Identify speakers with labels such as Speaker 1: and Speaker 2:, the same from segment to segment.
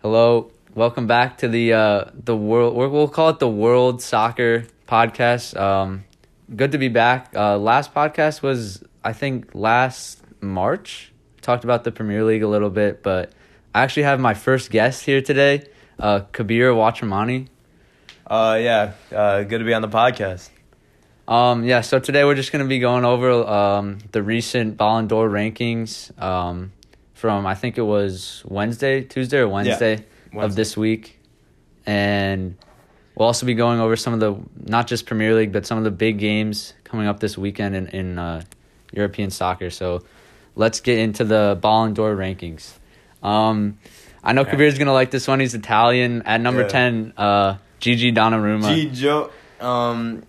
Speaker 1: Hello, welcome back to the uh, the world. we'll- We'll call it the World Soccer Podcast. Um, good to be back. Uh, last podcast was I think last March. Talked about the Premier League a little bit, but I actually have my first guest here today, uh, Kabir Watramani.
Speaker 2: Uh, yeah. Uh, good to be on the podcast.
Speaker 1: Um, yeah, so today we're just going to be going over um, the recent Ballon d'Or rankings um, from, I think it was Wednesday, Tuesday or Wednesday, of
Speaker 2: Wednesday.
Speaker 1: this week. And we'll also be going over some of the, not just Premier League, but some of the big games coming up this weekend in, in uh, European soccer. So let's get into the Ballon d'Or rankings. Um, I know Kabir's going to like this one. He's Italian. At number
Speaker 2: Yeah.
Speaker 1: 10, uh, Gigi Donnarumma.
Speaker 2: G Joe, um,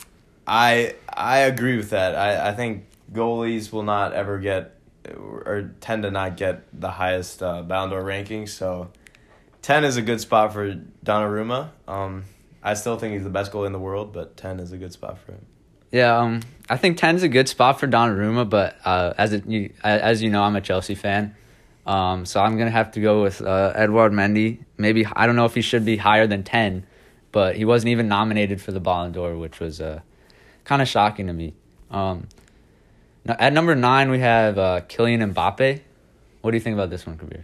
Speaker 2: I I agree with that. I, I think goalies will not ever get or tend to not get the highest uh, Ballon d'Or ranking. So, ten is a good spot for Donnarumma. Um, I still think he's the best goalie in the world, but ten is a good spot for him.
Speaker 1: Yeah, um, I think ten's a good spot for Donnarumma, but uh, as it, you a- as you know, I'm a Chelsea fan, um, so I'm gonna have to go with uh, Edward Mendy. Maybe I don't know if he should be higher than ten, but he wasn't even nominated for the Ballon d'Or, which was uh, kind of shocking to me. Um, no- at number nine, we have uh, Kylian Mbappe. What do you think about this one, Kabir?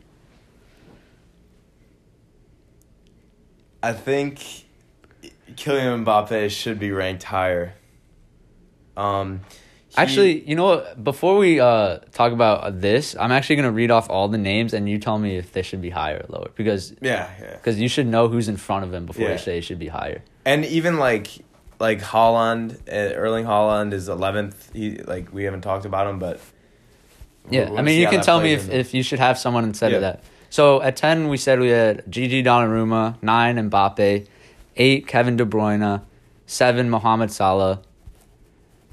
Speaker 2: I think Kylian Mbappe should be ranked higher. Um, he-
Speaker 1: Actually, you know what? Before we uh, talk about this, I'm actually gonna read off all the names, and you tell me if they should be higher or lower because
Speaker 2: yeah, yeah.
Speaker 1: because you should know who's in front of him before
Speaker 2: Yeah.
Speaker 1: you say it should be higher.
Speaker 2: and even like like Holland, uh, Erling Holland is eleventh. He like we haven't talked about him, but
Speaker 1: Yeah,
Speaker 2: we'll-
Speaker 1: I
Speaker 2: we'll
Speaker 1: mean,
Speaker 2: see
Speaker 1: you
Speaker 2: how
Speaker 1: can
Speaker 2: that
Speaker 1: tell me
Speaker 2: plays
Speaker 1: if,
Speaker 2: in.
Speaker 1: if you should have someone instead of
Speaker 2: Yeah.
Speaker 1: that. So at ten, we said we had Gigi Donnarumma, nine Mbappe, eight Kevin De Bruyne, seven Mohamed Salah,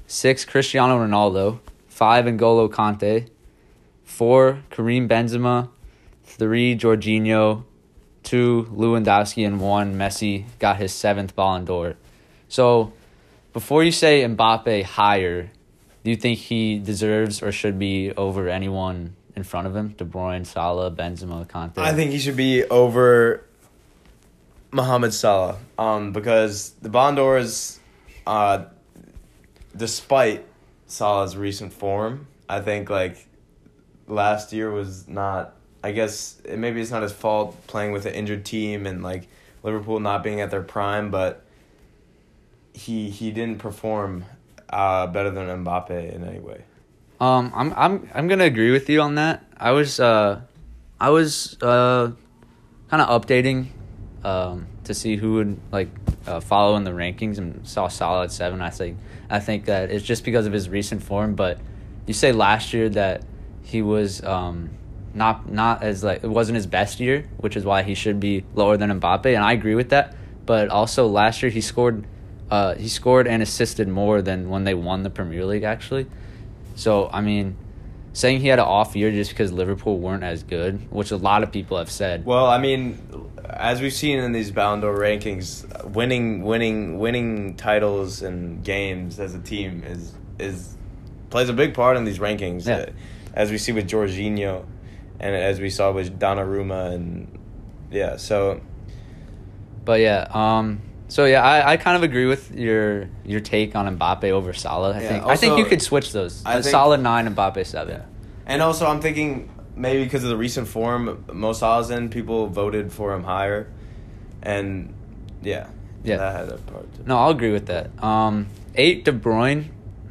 Speaker 1: six Cristiano Ronaldo, five N'Golo Kante, four Karim Benzema, three Jorginho, two Lewandowski, and one Messi got his seventh Ballon d'Or. So before you say Mbappe higher, do you think he deserves or should be over anyone in front of him? De Bruyne, Salah, Benzema, Conte.
Speaker 2: I think he should be over Mohamed Salah, um, because the Bondor is, uh, despite Salah's recent form, I think like last year was not. I guess it, maybe it's not his fault playing with an injured team and like Liverpool not being at their prime, but he he didn't perform uh, better than Mbappe in any way.
Speaker 1: Um, I'm I'm I'm gonna agree with you on that. I was uh, I was uh, kind of updating, um, to see who would like uh, follow in the rankings and saw Salah at seven. I think I think that it's just because of his recent form. But you say last year that he was um, not not as like it wasn't his best year, which is why he should be lower than Mbappe, and I agree with that. But also last year he scored, uh, he scored and assisted more than when they won the Premier League actually. So I mean, saying he had an off year just because Liverpool weren't as good, which a lot of people have said.
Speaker 2: Well, I mean, as we've seen in these Ballon d'Or rankings, winning, winning, winning titles and games as a team is is plays a big part in these rankings. Uh,
Speaker 1: Yeah.
Speaker 2: As we see with Jorginho, and as we saw with Donnarumma, and yeah, so
Speaker 1: But yeah, um, so yeah, I, I kind of agree with your your take on Mbappe over Salah. I
Speaker 2: Yeah,
Speaker 1: think I think
Speaker 2: also-
Speaker 1: you could switch those.
Speaker 2: I
Speaker 1: Uh,
Speaker 2: think-
Speaker 1: Salah nine, Mbappe seven.
Speaker 2: and also I'm thinking maybe because of the recent form, Mo Salah's in, people voted for him higher, and yeah,
Speaker 1: Yeah.
Speaker 2: that had a part. To
Speaker 1: No, I'll agree with that. Um, eight De Bruyne,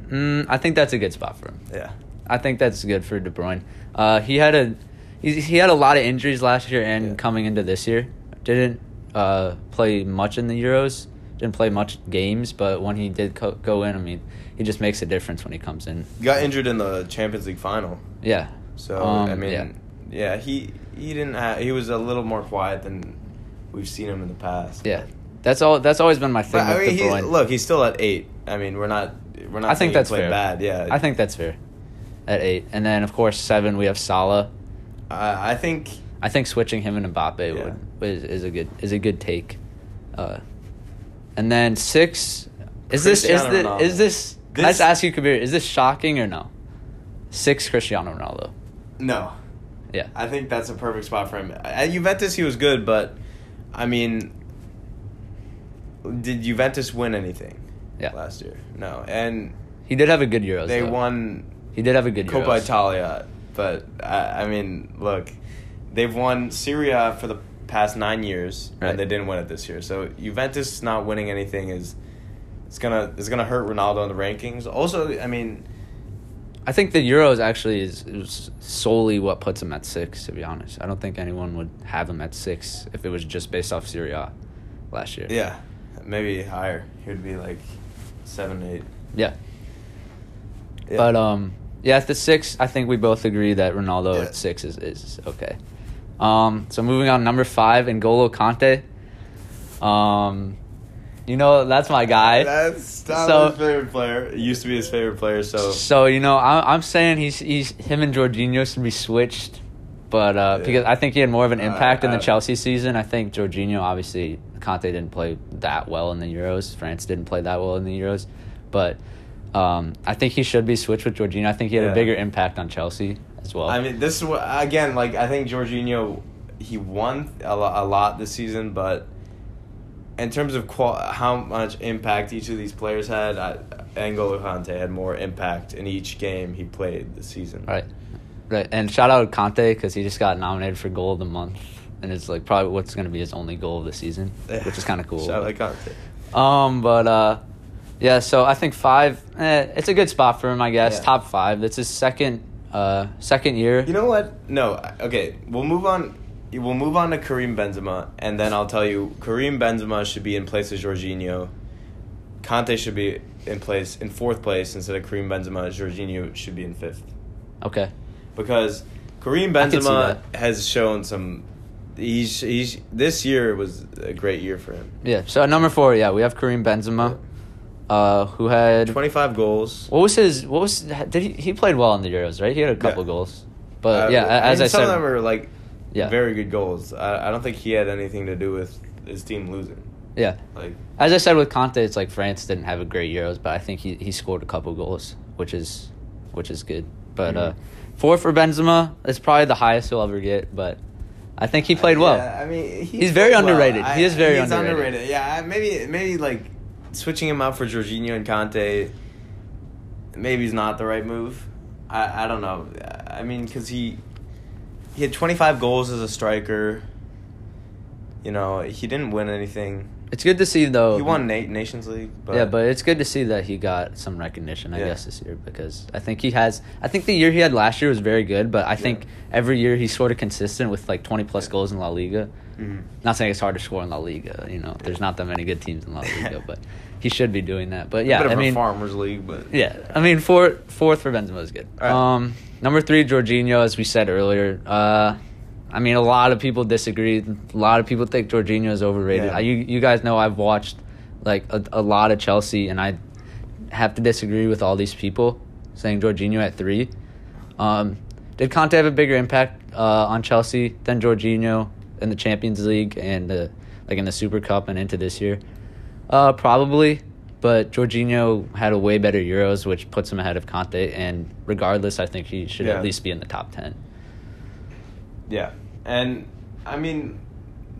Speaker 1: mm, I think that's a good spot for him.
Speaker 2: yeah,
Speaker 1: I think that's good for De Bruyne. Uh, he had a he, he had a lot of injuries last year and
Speaker 2: Yeah.
Speaker 1: coming into this year. Didn't uh, play much in the Euros. Didn't play much games, but when he did co- go in, I mean, he just makes a difference when he comes in.
Speaker 2: got injured in the Champions League final.
Speaker 1: Yeah.
Speaker 2: So
Speaker 1: Um,
Speaker 2: I mean,
Speaker 1: yeah.
Speaker 2: yeah. he he didn't have, he was a little more quiet than we've seen him in the past.
Speaker 1: Yeah. That's all. That's always been my thing
Speaker 2: but I
Speaker 1: with
Speaker 2: mean,
Speaker 1: De
Speaker 2: he,
Speaker 1: Bruyne.
Speaker 2: look, he's still at eight. I mean, we're not we're not.
Speaker 1: I think
Speaker 2: saying he
Speaker 1: that's
Speaker 2: played
Speaker 1: fair.
Speaker 2: bad. Yeah,
Speaker 1: I think that's fair. At eight, and then of course seven, we have Salah.
Speaker 2: I, I think
Speaker 1: I think switching him and Mbappe
Speaker 2: Yeah.
Speaker 1: would is, is a good is a good take. Uh, and then six is this is
Speaker 2: Cristiano
Speaker 1: this,
Speaker 2: Ronaldo.
Speaker 1: is this,
Speaker 2: This-
Speaker 1: let's ask you Kabir is this shocking or no? Six Cristiano Ronaldo.
Speaker 2: no.
Speaker 1: Yeah.
Speaker 2: I think that's a perfect spot for him. At Juventus, he was good, but I mean, did Juventus win anything?
Speaker 1: Yeah.
Speaker 2: last year, no, and
Speaker 1: He did have a good Euros.
Speaker 2: they
Speaker 1: though.
Speaker 2: won
Speaker 1: He did have a good
Speaker 2: Coppa
Speaker 1: Euros.
Speaker 2: Italia, but I, I mean, look, they've won Syria for the past nine years,
Speaker 1: Right.
Speaker 2: and they didn't win it this year. So Juventus not winning anything is it's gonna it's gonna hurt Ronaldo in the rankings. Also, I mean,
Speaker 1: I think the Euros actually is, is solely what puts him at six. To be honest, I don't think anyone would have him at six if it was just based off Syria last year.
Speaker 2: yeah, maybe higher. He would be like seven, eight.
Speaker 1: Yeah.
Speaker 2: Yeah.
Speaker 1: But um, yeah, at the six, I think we both agree that Ronaldo
Speaker 2: Yeah.
Speaker 1: at six is is okay. Um, so moving on, number five, N'Golo Conte. Um, you know that's my guy.
Speaker 2: that's that's
Speaker 1: so-
Speaker 2: his favorite player. It used to be his favorite player. So
Speaker 1: So you know, I, I'm saying he's he's him and Jorginho should be switched, but uh,
Speaker 2: Yeah.
Speaker 1: because I think he had more of an
Speaker 2: I-
Speaker 1: impact in
Speaker 2: I-
Speaker 1: the Chelsea season. I think Jorginho obviously Conte didn't play that well in the Euros. France didn't play that well in the Euros, but um, I think he should be switched with Jorginho. I think he had
Speaker 2: Yeah.
Speaker 1: a bigger impact on Chelsea as well.
Speaker 2: I mean, this is what- again. Like I think Jorginho, he won a, lo- a lot this season, but in terms of qual- how much impact each of these players had, I, N'Golo Kante had more impact in each game he played this season.
Speaker 1: right, right, and shout out Conte because he just got nominated for Goal of the Month, and it's like probably what's going to be his only goal of the season, which is kind of cool.
Speaker 2: Shout out Kante.
Speaker 1: Um, but uh, yeah. So I think five. Eh, it's a good spot for him, I guess.
Speaker 2: Yeah.
Speaker 1: Top five. That's his second, uh, second year.
Speaker 2: You know what? No. I- Okay, we'll move on. We'll move on to Karim Benzema, and then I'll tell you Karim Benzema should be in place of Jorginho. Kante should be in place in fourth place instead of Karim Benzema. Jorginho should be in fifth.
Speaker 1: okay.
Speaker 2: because Karim
Speaker 1: I can see
Speaker 2: Benzema has shown some. He's he's this year was a great year for him.
Speaker 1: Yeah. So at number four, yeah, we have Karim Benzema, uh, who had
Speaker 2: Twenty five goals.
Speaker 1: what was his? What was did he? He played well in the Euros, right? He had a couple
Speaker 2: Yeah.
Speaker 1: goals. But
Speaker 2: Uh,
Speaker 1: yeah, a- as
Speaker 2: mean,
Speaker 1: I
Speaker 2: some
Speaker 1: said,
Speaker 2: of them are like
Speaker 1: yeah,
Speaker 2: very good goals. I, I don't think he had anything to do with his team losing.
Speaker 1: yeah.
Speaker 2: Like
Speaker 1: As I said with Conte, it's like France didn't have a great Euros, but I think he, he scored a couple goals, which is which is good. But uh,
Speaker 2: Mhm.
Speaker 1: four for Benzema is probably the highest he'll ever get. But I think he played well.
Speaker 2: Uh, Yeah, I mean, he
Speaker 1: He's very
Speaker 2: played well.
Speaker 1: underrated. He is very
Speaker 2: he's
Speaker 1: underrated.
Speaker 2: Yeah, I- maybe maybe like switching him out for Jorginho and Conte. Maybe is not the right move. I I don't know. I mean, because he he had twenty five goals as a striker. You know, he didn't win anything.
Speaker 1: It's good to see though.
Speaker 2: He won Na- Nations League, but
Speaker 1: yeah, but it's good to see that he got some recognition, I
Speaker 2: Yeah.
Speaker 1: guess, this year because I think he has. I think the year he had last year was very good, but I think
Speaker 2: Yeah.
Speaker 1: every year he's sort of consistent with like twenty plus goals in La Liga.
Speaker 2: Mhm.
Speaker 1: Not saying it's hard to score in La Liga, you know. There's not that many good teams in La Liga, but he should be doing that. But yeah,
Speaker 2: bit of
Speaker 1: I
Speaker 2: a
Speaker 1: mean,
Speaker 2: farmers league, but
Speaker 1: Yeah, I mean, four, fourth for Benzema is good.
Speaker 2: All right.
Speaker 1: Um, number three, Jorginho, as we said earlier. Uh, I mean, a lot of people disagree. A lot of people think Jorginho is overrated.
Speaker 2: Yeah.
Speaker 1: I, you, you guys know I've watched like a, a lot of Chelsea, and I have to disagree with all these people saying Jorginho at three. Um, did Conte have a bigger impact uh, on Chelsea than Jorginho in the Champions League and the, like in the Super Cup and into this year? Uh, probably, but Jorginho had a way better Euros, which puts him ahead of Conte. And regardless, I think he should
Speaker 2: Yeah.
Speaker 1: at least be in the top ten.
Speaker 2: Yeah, and I mean,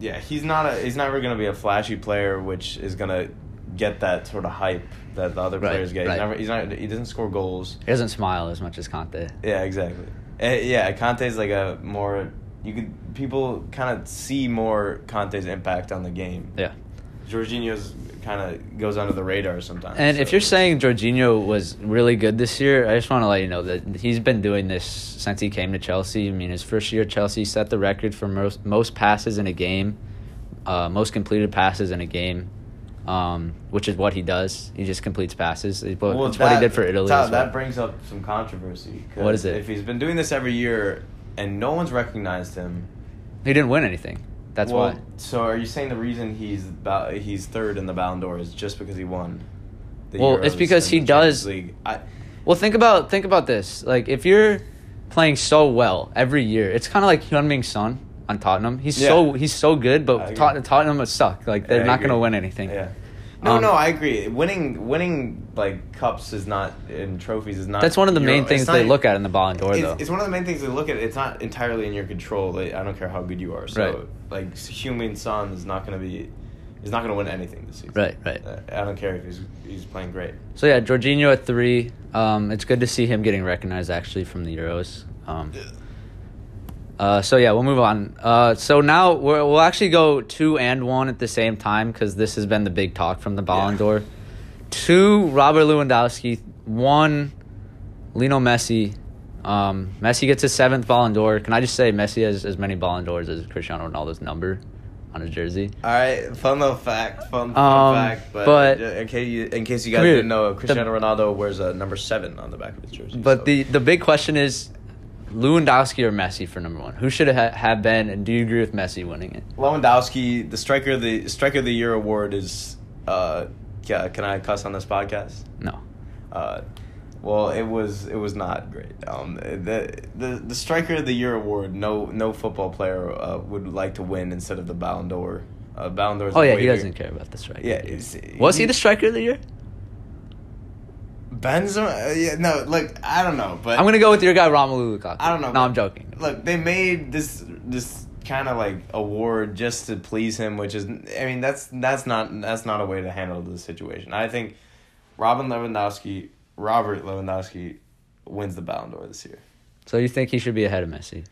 Speaker 2: yeah, he's not a he's never gonna be a flashy player, which is gonna get that sort of hype that the other
Speaker 1: Right,
Speaker 2: players get.
Speaker 1: right.
Speaker 2: He's, never, he's not he doesn't score goals.
Speaker 1: He doesn't smile as much as Conte.
Speaker 2: Yeah, exactly. Eh, yeah, Conte's like a more you could people kind of see more Conte's impact on the game.
Speaker 1: Yeah.
Speaker 2: Jorginho's kind of goes under the radar sometimes.
Speaker 1: And if
Speaker 2: so-
Speaker 1: you're saying Jorginho was really good this year, I just want to let you know that he's been doing this since he came to Chelsea. I mean, his first year at Chelsea set the record for most most passes in a game, uh, most completed passes in a game, um, which is what he does. He just completes passes. It's what- it's what he
Speaker 2: that-
Speaker 1: did for Italy.
Speaker 2: Tyler,
Speaker 1: as well.
Speaker 2: That brings up some controversy. 'cause
Speaker 1: What is it?
Speaker 2: If he's been doing this every year and no one's recognized him,
Speaker 1: He didn't win anything. That's
Speaker 2: well,
Speaker 1: why.
Speaker 2: So are you saying the reason he's ba- he's third in the Ballon d'Or is just because he won? The
Speaker 1: Well, it's
Speaker 2: Euros
Speaker 1: because
Speaker 2: and
Speaker 1: he
Speaker 2: the Champions
Speaker 1: does-
Speaker 2: League? I,
Speaker 1: Well, think about think about this. Like if you're playing so well every year, it's kind of like Hyunming Son on Tottenham. He's so
Speaker 2: Yeah.
Speaker 1: he's so good,
Speaker 2: I
Speaker 1: but
Speaker 2: agree.
Speaker 1: Tot- Tottenham would suck. Like they're
Speaker 2: I
Speaker 1: not going to
Speaker 2: agree.
Speaker 1: win anything.
Speaker 2: yeah. No,
Speaker 1: Um,
Speaker 2: no, I agree. Winning, winning like cups is not and trophies is not.
Speaker 1: That's one of the
Speaker 2: your-
Speaker 1: main
Speaker 2: it's
Speaker 1: things
Speaker 2: not-
Speaker 1: they look at in the Ballon d'Or, though.
Speaker 2: It's, it's one of the main things they look at. It's not entirely in your control. Like, I don't care how good you are. So
Speaker 1: Right.
Speaker 2: like s- human son is not going to be, is not going to win anything this season.
Speaker 1: Right, right.
Speaker 2: Uh, I don't care if he's he's playing great.
Speaker 1: so yeah, Jorginho at three. Um, it's good to see him getting recognized actually from the Euros. Um, uh, so yeah, we'll move on. Uh, so now we're, we'll actually go two and one at the same time because this has been the big talk from the Ballon
Speaker 2: Yeah.
Speaker 1: d'Or. Two Robert Lewandowski, one Lionel Messi. Um, Messi gets his seventh Ballon d'Or. Can I just say Messi has as many Ballon d'Ors as Cristiano Ronaldo's number on his jersey?
Speaker 2: All right, fun little fact, fun,
Speaker 1: Um,
Speaker 2: fun fact. But,
Speaker 1: but-
Speaker 2: in case you, in case you
Speaker 1: Come
Speaker 2: guys
Speaker 1: here.
Speaker 2: didn't know,
Speaker 1: The-
Speaker 2: Cristiano Ronaldo wears a number seven on the back of his jersey.
Speaker 1: But
Speaker 2: so-
Speaker 1: the the big question is, Lewandowski or Messi for number one? Who should it ha- have been? And do you agree with Messi winning it?
Speaker 2: Lewandowski, the striker of the striker of the year award is. Uh, yeah, can I cuss on this podcast?
Speaker 1: No.
Speaker 2: Uh, well, it was it was not great. Um, the the the striker of the year award. No no football player uh, would like to win instead of the Ballon d'Or. Uh, Ballon d'Or. is
Speaker 1: Oh
Speaker 2: the
Speaker 1: yeah,
Speaker 2: way
Speaker 1: he
Speaker 2: bigger-
Speaker 1: doesn't care about the striker.
Speaker 2: Yeah,
Speaker 1: dude.
Speaker 2: it's-
Speaker 1: was he
Speaker 2: he-
Speaker 1: the striker of the year?
Speaker 2: Benzema. Uh, yeah, no. Look, I don't know, but
Speaker 1: I'm gonna go with your guy Romelu Lukaku.
Speaker 2: I don't know.
Speaker 1: No,
Speaker 2: but-
Speaker 1: I'm joking.
Speaker 2: Look, they made this this kind of like award just to please him, which is I mean that's that's not that's not a way to handle the situation. I think Robin Lewandowski, Robert Lewandowski, wins the Ballon d'Or this year.
Speaker 1: So you think he should be ahead of Messi?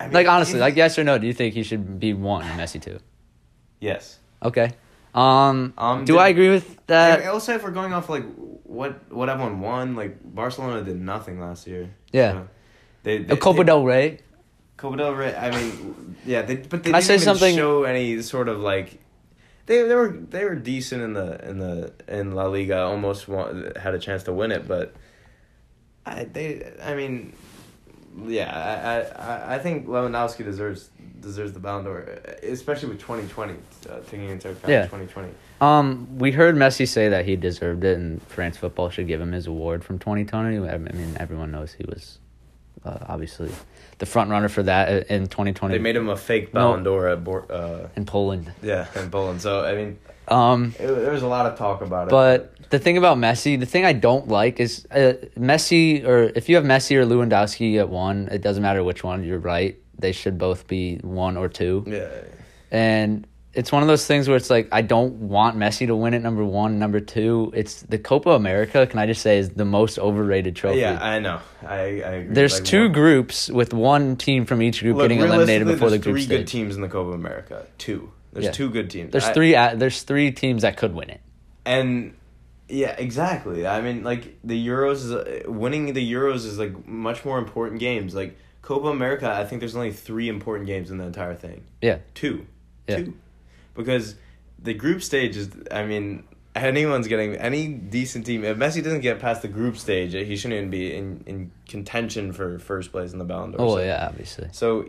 Speaker 2: I mean,
Speaker 1: Like honestly,
Speaker 2: if-
Speaker 1: like yes or no? Do you think he should be one and Messi two?
Speaker 2: yes.
Speaker 1: Okay. Um.
Speaker 2: Um,
Speaker 1: do
Speaker 2: did-
Speaker 1: I agree with
Speaker 2: And
Speaker 1: that?
Speaker 2: also, if we're going off like what what everyone won, like Barcelona did nothing last year.
Speaker 1: Yeah.
Speaker 2: So They, they
Speaker 1: A Copa
Speaker 2: they-
Speaker 1: del Rey.
Speaker 2: Copa del Rey. I mean, yeah, they, but they
Speaker 1: Can I
Speaker 2: didn't
Speaker 1: say
Speaker 2: even
Speaker 1: something-
Speaker 2: show any sort of like. They they were they were decent in the in the in La Liga. Almost won, had a chance to win it, but I they I mean, yeah, I I- I, I think Lewandowski deserves deserves the Ballon d'Or, especially with twenty twenty uh, taking into account
Speaker 1: Yeah.
Speaker 2: twenty twenty.
Speaker 1: Um, we heard Messi say that he deserved it, and France football should give him his award from 2020. I mean, everyone knows he was uh, obviously the front runner for that uh, in 2020
Speaker 2: They made him a fake
Speaker 1: No.
Speaker 2: Ballon d'Or at Bor- uh,
Speaker 1: in Poland.
Speaker 2: yeah in Poland. So I mean,
Speaker 1: Um,
Speaker 2: it, there was a lot of talk about it.
Speaker 1: but the thing about Messi, the thing I don't like is uh, Messi, or if you have Messi or Lewandowski at one, it doesn't matter which one. You're right; they should both be one or two.
Speaker 2: yeah,
Speaker 1: And it's one of those things where it's like I don't want Messi to win it number one, number two. It's the Copa America. Can I just say is the most overrated trophy?
Speaker 2: yeah, I know. I I agree.
Speaker 1: There's
Speaker 2: Like,
Speaker 1: two
Speaker 2: one-
Speaker 1: groups with one team from each group getting eliminated
Speaker 2: realistically,
Speaker 1: before the
Speaker 2: there's
Speaker 1: group
Speaker 2: three
Speaker 1: stage.
Speaker 2: good teams in the Copa America. Two. There's
Speaker 1: Yeah.
Speaker 2: two good teams.
Speaker 1: There's
Speaker 2: I-
Speaker 1: three. Uh, there's three teams that could win it.
Speaker 2: and yeah, exactly. I mean, like the Euros is uh, winning the Euros is like much more important games. Like Copa America, I think there's only three important games in the entire thing.
Speaker 1: Yeah,
Speaker 2: Two.
Speaker 1: Yeah.
Speaker 2: Two. Because the group stage is I mean, anyone's getting any decent team if Messi doesn't get past the group stage, he shouldn't even be in, in contention for first place in the Ballon d'Or.
Speaker 1: Oh
Speaker 2: so,
Speaker 1: yeah, obviously.
Speaker 2: So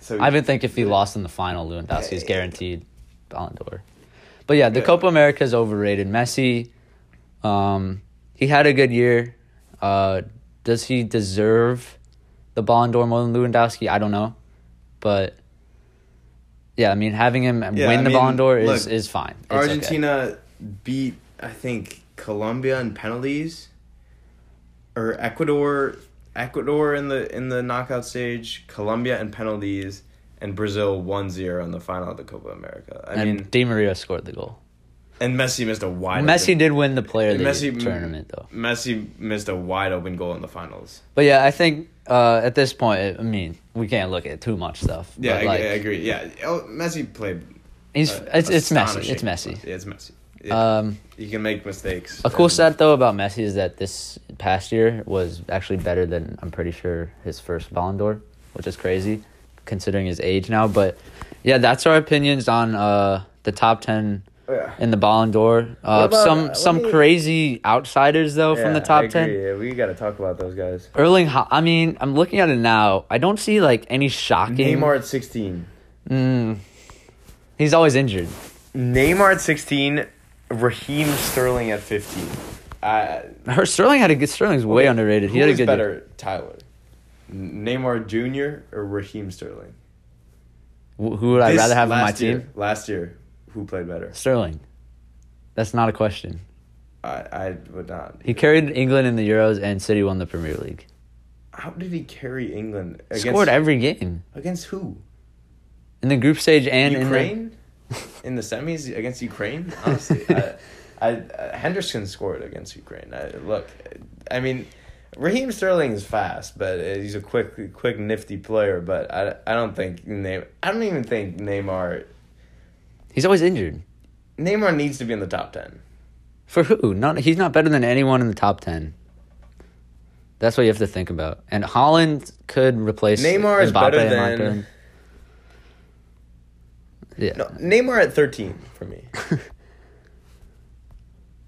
Speaker 2: so
Speaker 1: I even think if he lost in the final, Lewandowski's guaranteed Ballon d'Or. But yeah, the Copa America is overrated. Messi, um, he had a good year. Uh, does he deserve the Ballon d'Or more than Lewandowski? I don't know, but yeah, I mean having him win
Speaker 2: Yeah, I
Speaker 1: the
Speaker 2: mean,
Speaker 1: Ballon d'Or is
Speaker 2: look,
Speaker 1: is fine. It's okay.
Speaker 2: Argentina beat I think Colombia in penalties, or Ecuador, Ecuador in the in the knockout stage, Colombia in penalties, and Brazil 1-0 in the final of the Copa America. I
Speaker 1: and
Speaker 2: mean,
Speaker 1: Di Maria scored the goal.
Speaker 2: and Messi missed a wide.
Speaker 1: Messi
Speaker 2: open,
Speaker 1: did win the player of the
Speaker 2: Messi
Speaker 1: Year
Speaker 2: m-
Speaker 1: tournament though.
Speaker 2: Messi missed a wide open goal in the finals.
Speaker 1: But yeah, I think uh, at this point, I mean, we can't look at too much stuff.
Speaker 2: Yeah,
Speaker 1: but,
Speaker 2: I,
Speaker 1: like,
Speaker 2: I agree. Yeah, oh, Messi played.
Speaker 1: He's
Speaker 2: uh,
Speaker 1: it's it's messy.
Speaker 2: astonishing.
Speaker 1: It's messy.
Speaker 2: Yeah, it's Messi.
Speaker 1: Um,
Speaker 2: you can make mistakes.
Speaker 1: a cool
Speaker 2: and-
Speaker 1: stat though about Messi is that this past year was actually better than I'm pretty sure his first Ballon d'Or, which is crazy considering his age now. But yeah, that's our opinions on uh, the top ten
Speaker 2: Yeah.
Speaker 1: in the Ballon d'Or. Uh,
Speaker 2: about-
Speaker 1: some
Speaker 2: let
Speaker 1: some
Speaker 2: me-
Speaker 1: crazy outsiders though from the
Speaker 2: Yeah, I
Speaker 1: top
Speaker 2: agree.
Speaker 1: ten.
Speaker 2: Yeah, we got to talk about those guys.
Speaker 1: Erling, Ho- I mean, I'm looking at it now. I don't see like any shocking.
Speaker 2: Neymar at 16.
Speaker 1: Mm, he's always injured.
Speaker 2: Neymar at 16, Raheem Sterling at 15. Uh,
Speaker 1: Her Sterling had a good. Sterling's way underrated. He
Speaker 2: who
Speaker 1: had a
Speaker 2: is
Speaker 1: good. year.
Speaker 2: better, Tyler? N- Neymar Jr. or Raheem Sterling?
Speaker 1: Wh- Who would I
Speaker 2: This
Speaker 1: rather have on my
Speaker 2: last
Speaker 1: team?
Speaker 2: year- last year, who played better?
Speaker 1: Sterling. That's not a question.
Speaker 2: I, I would not.
Speaker 1: He carried England in the Euros, and City won the Premier League.
Speaker 2: How did he carry England against
Speaker 1: Scored e- every game
Speaker 2: against who?
Speaker 1: in the group stage and in
Speaker 2: Ukraine in the semis against Ukraine. Honestly, I, I, uh, Henderson scored against Ukraine. I, look, I mean, Raheem Sterling is fast, but uh, he's a quick, quick, nifty player. But I, I don't think Neymar. I don't even think Neymar.
Speaker 1: the, he's always injured.
Speaker 2: Neymar needs to be in the top ten.
Speaker 1: For who? Not he's not better than anyone in the top ten. That's what you have to think about. And Holland could replace
Speaker 2: Neymar is better
Speaker 1: and
Speaker 2: than-
Speaker 1: Marco. Yeah.
Speaker 2: No, Neymar at thirteen for me.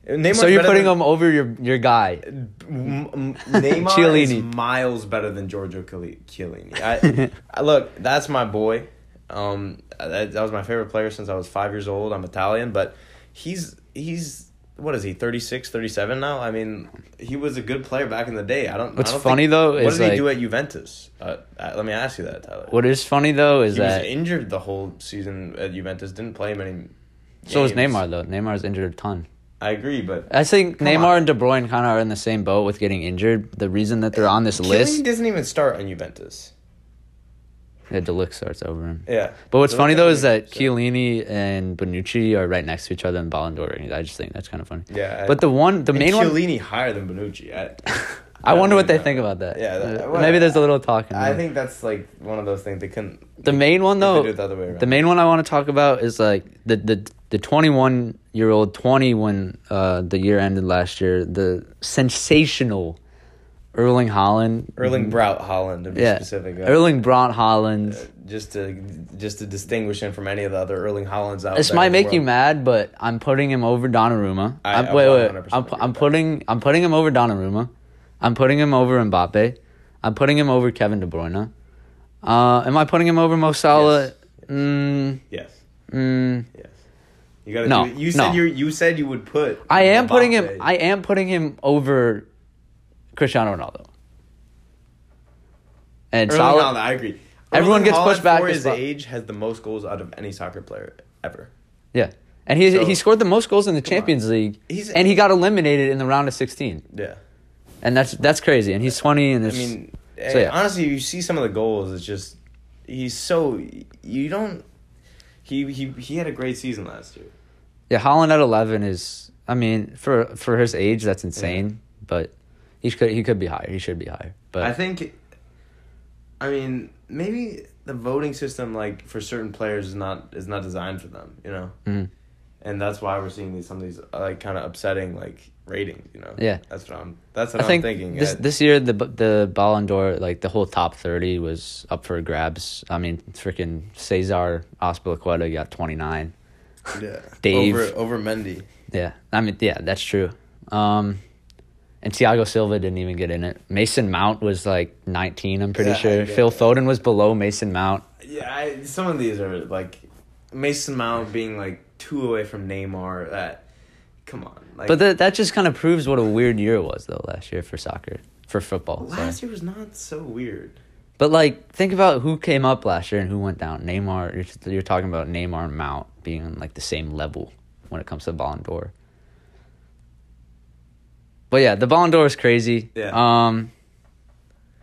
Speaker 2: Neymar's
Speaker 1: so you're
Speaker 2: better
Speaker 1: putting
Speaker 2: than-
Speaker 1: him over your your guy.
Speaker 2: M- m- Neymar
Speaker 1: Chiellini.
Speaker 2: is miles better than Giorgio Chiell- Chiellini. I, I, look, that's my boy. Um, that, that was my favorite player since I was five years old. I'm Italian, but he's he's what is he 36, 37 now? I mean, he was a good player back in the day. I don't.
Speaker 1: What's
Speaker 2: I don't
Speaker 1: funny,
Speaker 2: think-
Speaker 1: though,
Speaker 2: what
Speaker 1: is,
Speaker 2: did he do
Speaker 1: like-
Speaker 2: at Juventus? Uh, uh, let me ask you that, Tyler.
Speaker 1: What is funny though is
Speaker 2: he was
Speaker 1: that
Speaker 2: injured the whole season at Juventus. Didn't play many.
Speaker 1: so is
Speaker 2: games.
Speaker 1: Neymar though. Neymar's injured a ton.
Speaker 2: I agree, but
Speaker 1: I think
Speaker 2: Come
Speaker 1: Neymar
Speaker 2: on.
Speaker 1: and De Bruyne kind of are in the same boat with getting injured. The reason that they're on this
Speaker 2: Chiellini
Speaker 1: list,
Speaker 2: doesn't even start on Juventus.
Speaker 1: yeah, Delic starts over him.
Speaker 2: Yeah,
Speaker 1: But what's
Speaker 2: So
Speaker 1: funny
Speaker 2: that
Speaker 1: though is that
Speaker 2: makes sense.
Speaker 1: Chiellini and Bonucci are right next to each other in Ballon d'Or. and I just think that's kind of funny.
Speaker 2: Yeah, I-
Speaker 1: But the one, the
Speaker 2: And
Speaker 1: main one,
Speaker 2: Chiellini higher than Bonucci. I,
Speaker 1: I wonder what they
Speaker 2: Yeah.
Speaker 1: think about that.
Speaker 2: Yeah, that-
Speaker 1: Uh,
Speaker 2: well,
Speaker 1: maybe there's a little talking.
Speaker 2: I think that's like one of those things they couldn't.
Speaker 1: the main one
Speaker 2: they could
Speaker 1: though,
Speaker 2: do it the other way around.
Speaker 1: the main one I want to talk about is like the the the 21 year old 20 when uh, the year ended last year. The sensational Erling Holland.
Speaker 2: Erling Braut Holland to be
Speaker 1: yeah,
Speaker 2: specific. uh,
Speaker 1: Erling Braun Holland.
Speaker 2: just to just to distinguish him from any of the other Erling Hollands out.
Speaker 1: This
Speaker 2: there
Speaker 1: might
Speaker 2: in the
Speaker 1: make you
Speaker 2: world.
Speaker 1: mad, but I'm putting him over Donnarumma.
Speaker 2: I-
Speaker 1: I,
Speaker 2: I
Speaker 1: am wait, wait.
Speaker 2: 100%
Speaker 1: I'm,
Speaker 2: agree
Speaker 1: I'm
Speaker 2: with that.
Speaker 1: putting I'm putting him over Donnarumma. I'm putting him over Mbappe. I'm putting him over Kevin De Bruyne. Uh, am I putting him over Mo Salah?
Speaker 2: Yes.
Speaker 1: Mm,
Speaker 2: Yes,
Speaker 1: mm,
Speaker 2: yes. You gotta.
Speaker 1: No,
Speaker 2: do, you said
Speaker 1: no.
Speaker 2: you you said you would put.
Speaker 1: I am
Speaker 2: Mbappe.
Speaker 1: putting him. I am putting him over Cristiano Ronaldo. And
Speaker 2: Erling
Speaker 1: Salah.
Speaker 2: Haaland, I agree.
Speaker 1: Everyone
Speaker 2: Erling
Speaker 1: gets
Speaker 2: Haaland
Speaker 1: pushed back
Speaker 2: For
Speaker 1: as
Speaker 2: his
Speaker 1: well.
Speaker 2: age, has the most goals out of any soccer player ever.
Speaker 1: Yeah, and he
Speaker 2: So-
Speaker 1: he scored the most goals in the Champions League,
Speaker 2: He's-
Speaker 1: and he got eliminated in the round of sixteen.
Speaker 2: Yeah.
Speaker 1: And that's that's crazy. And he's twenty, and
Speaker 2: I
Speaker 1: it's,
Speaker 2: mean,
Speaker 1: So,
Speaker 2: eh,
Speaker 1: yeah.
Speaker 2: honestly, you see some of the goals. It's just he's so you don't. He he he had a great season last year.
Speaker 1: Yeah, Holland at eleven is. I mean, for for his age, that's insane. But he could he could be higher. He should be higher. But
Speaker 2: I think. I mean, maybe the voting system, like for certain players, is not is not designed for them. You know,
Speaker 1: Mhm.
Speaker 2: and that's why we're seeing these some of these uh, like kind of upsetting like ratings. You know.
Speaker 1: Yeah.
Speaker 2: That's what I'm. That's what
Speaker 1: I
Speaker 2: I
Speaker 1: think
Speaker 2: am thinking.
Speaker 1: this
Speaker 2: I-
Speaker 1: this year the the Ballon d'Or like the whole top thirty was up for grabs. I mean, freaking Cesar Azpilicueta got twenty nine.
Speaker 2: yeah.
Speaker 1: Dave.
Speaker 2: over over Mendy.
Speaker 1: Yeah, I mean, yeah, that's true. Um, and Thiago Silva didn't even get in it. Mason Mount was like nineteen. I'm pretty
Speaker 2: Yeah,
Speaker 1: sure.
Speaker 2: yeah,
Speaker 1: Phil
Speaker 2: yeah.
Speaker 1: Foden was below Mason Mount.
Speaker 2: Yeah, I, some of these are like Mason Mount being like two away from Neymar. That come on, like
Speaker 1: But that that just kind of proves what a weird year it was though last year for soccer for football. sorry.
Speaker 2: last year was not so weird.
Speaker 1: But like, think about who came up last year and who went down. Neymar, you're, you're talking about Neymar and Mount being on like the same level when it comes to Ballon d'Or. But yeah, the Ballon d'Or is crazy.
Speaker 2: Yeah.
Speaker 1: Um,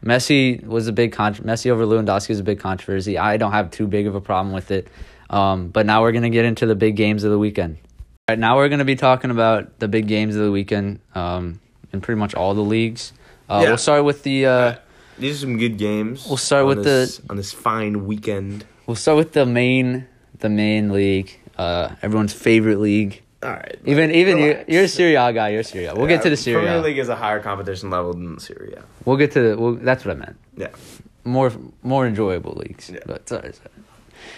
Speaker 1: Messi was a big con- Messi over Lewandowski was a big controversy. I don't have too big of a problem with it. Um, but now we're gonna get into the big games of the weekend. All right, now we're gonna be talking about the big games of the weekend um, in pretty much all the leagues. Uh,
Speaker 2: Yeah.
Speaker 1: We'll start with the. Uh,
Speaker 2: These are some good games.
Speaker 1: We'll start
Speaker 2: on
Speaker 1: with
Speaker 2: this, on this fine weekend.
Speaker 1: We'll start with the main, the main league. Uh, everyone's favorite league.
Speaker 2: All right,
Speaker 1: Even even you,
Speaker 2: relax.
Speaker 1: you're a Serie A guy. You're a Serie A. We'll get to the Serie
Speaker 2: Premier
Speaker 1: A.
Speaker 2: League is a higher competition level than Syria.
Speaker 1: We'll get to the. We'll, that's what I meant.
Speaker 2: Yeah,
Speaker 1: More more enjoyable leagues.
Speaker 2: Yeah.
Speaker 1: But sorry, sorry.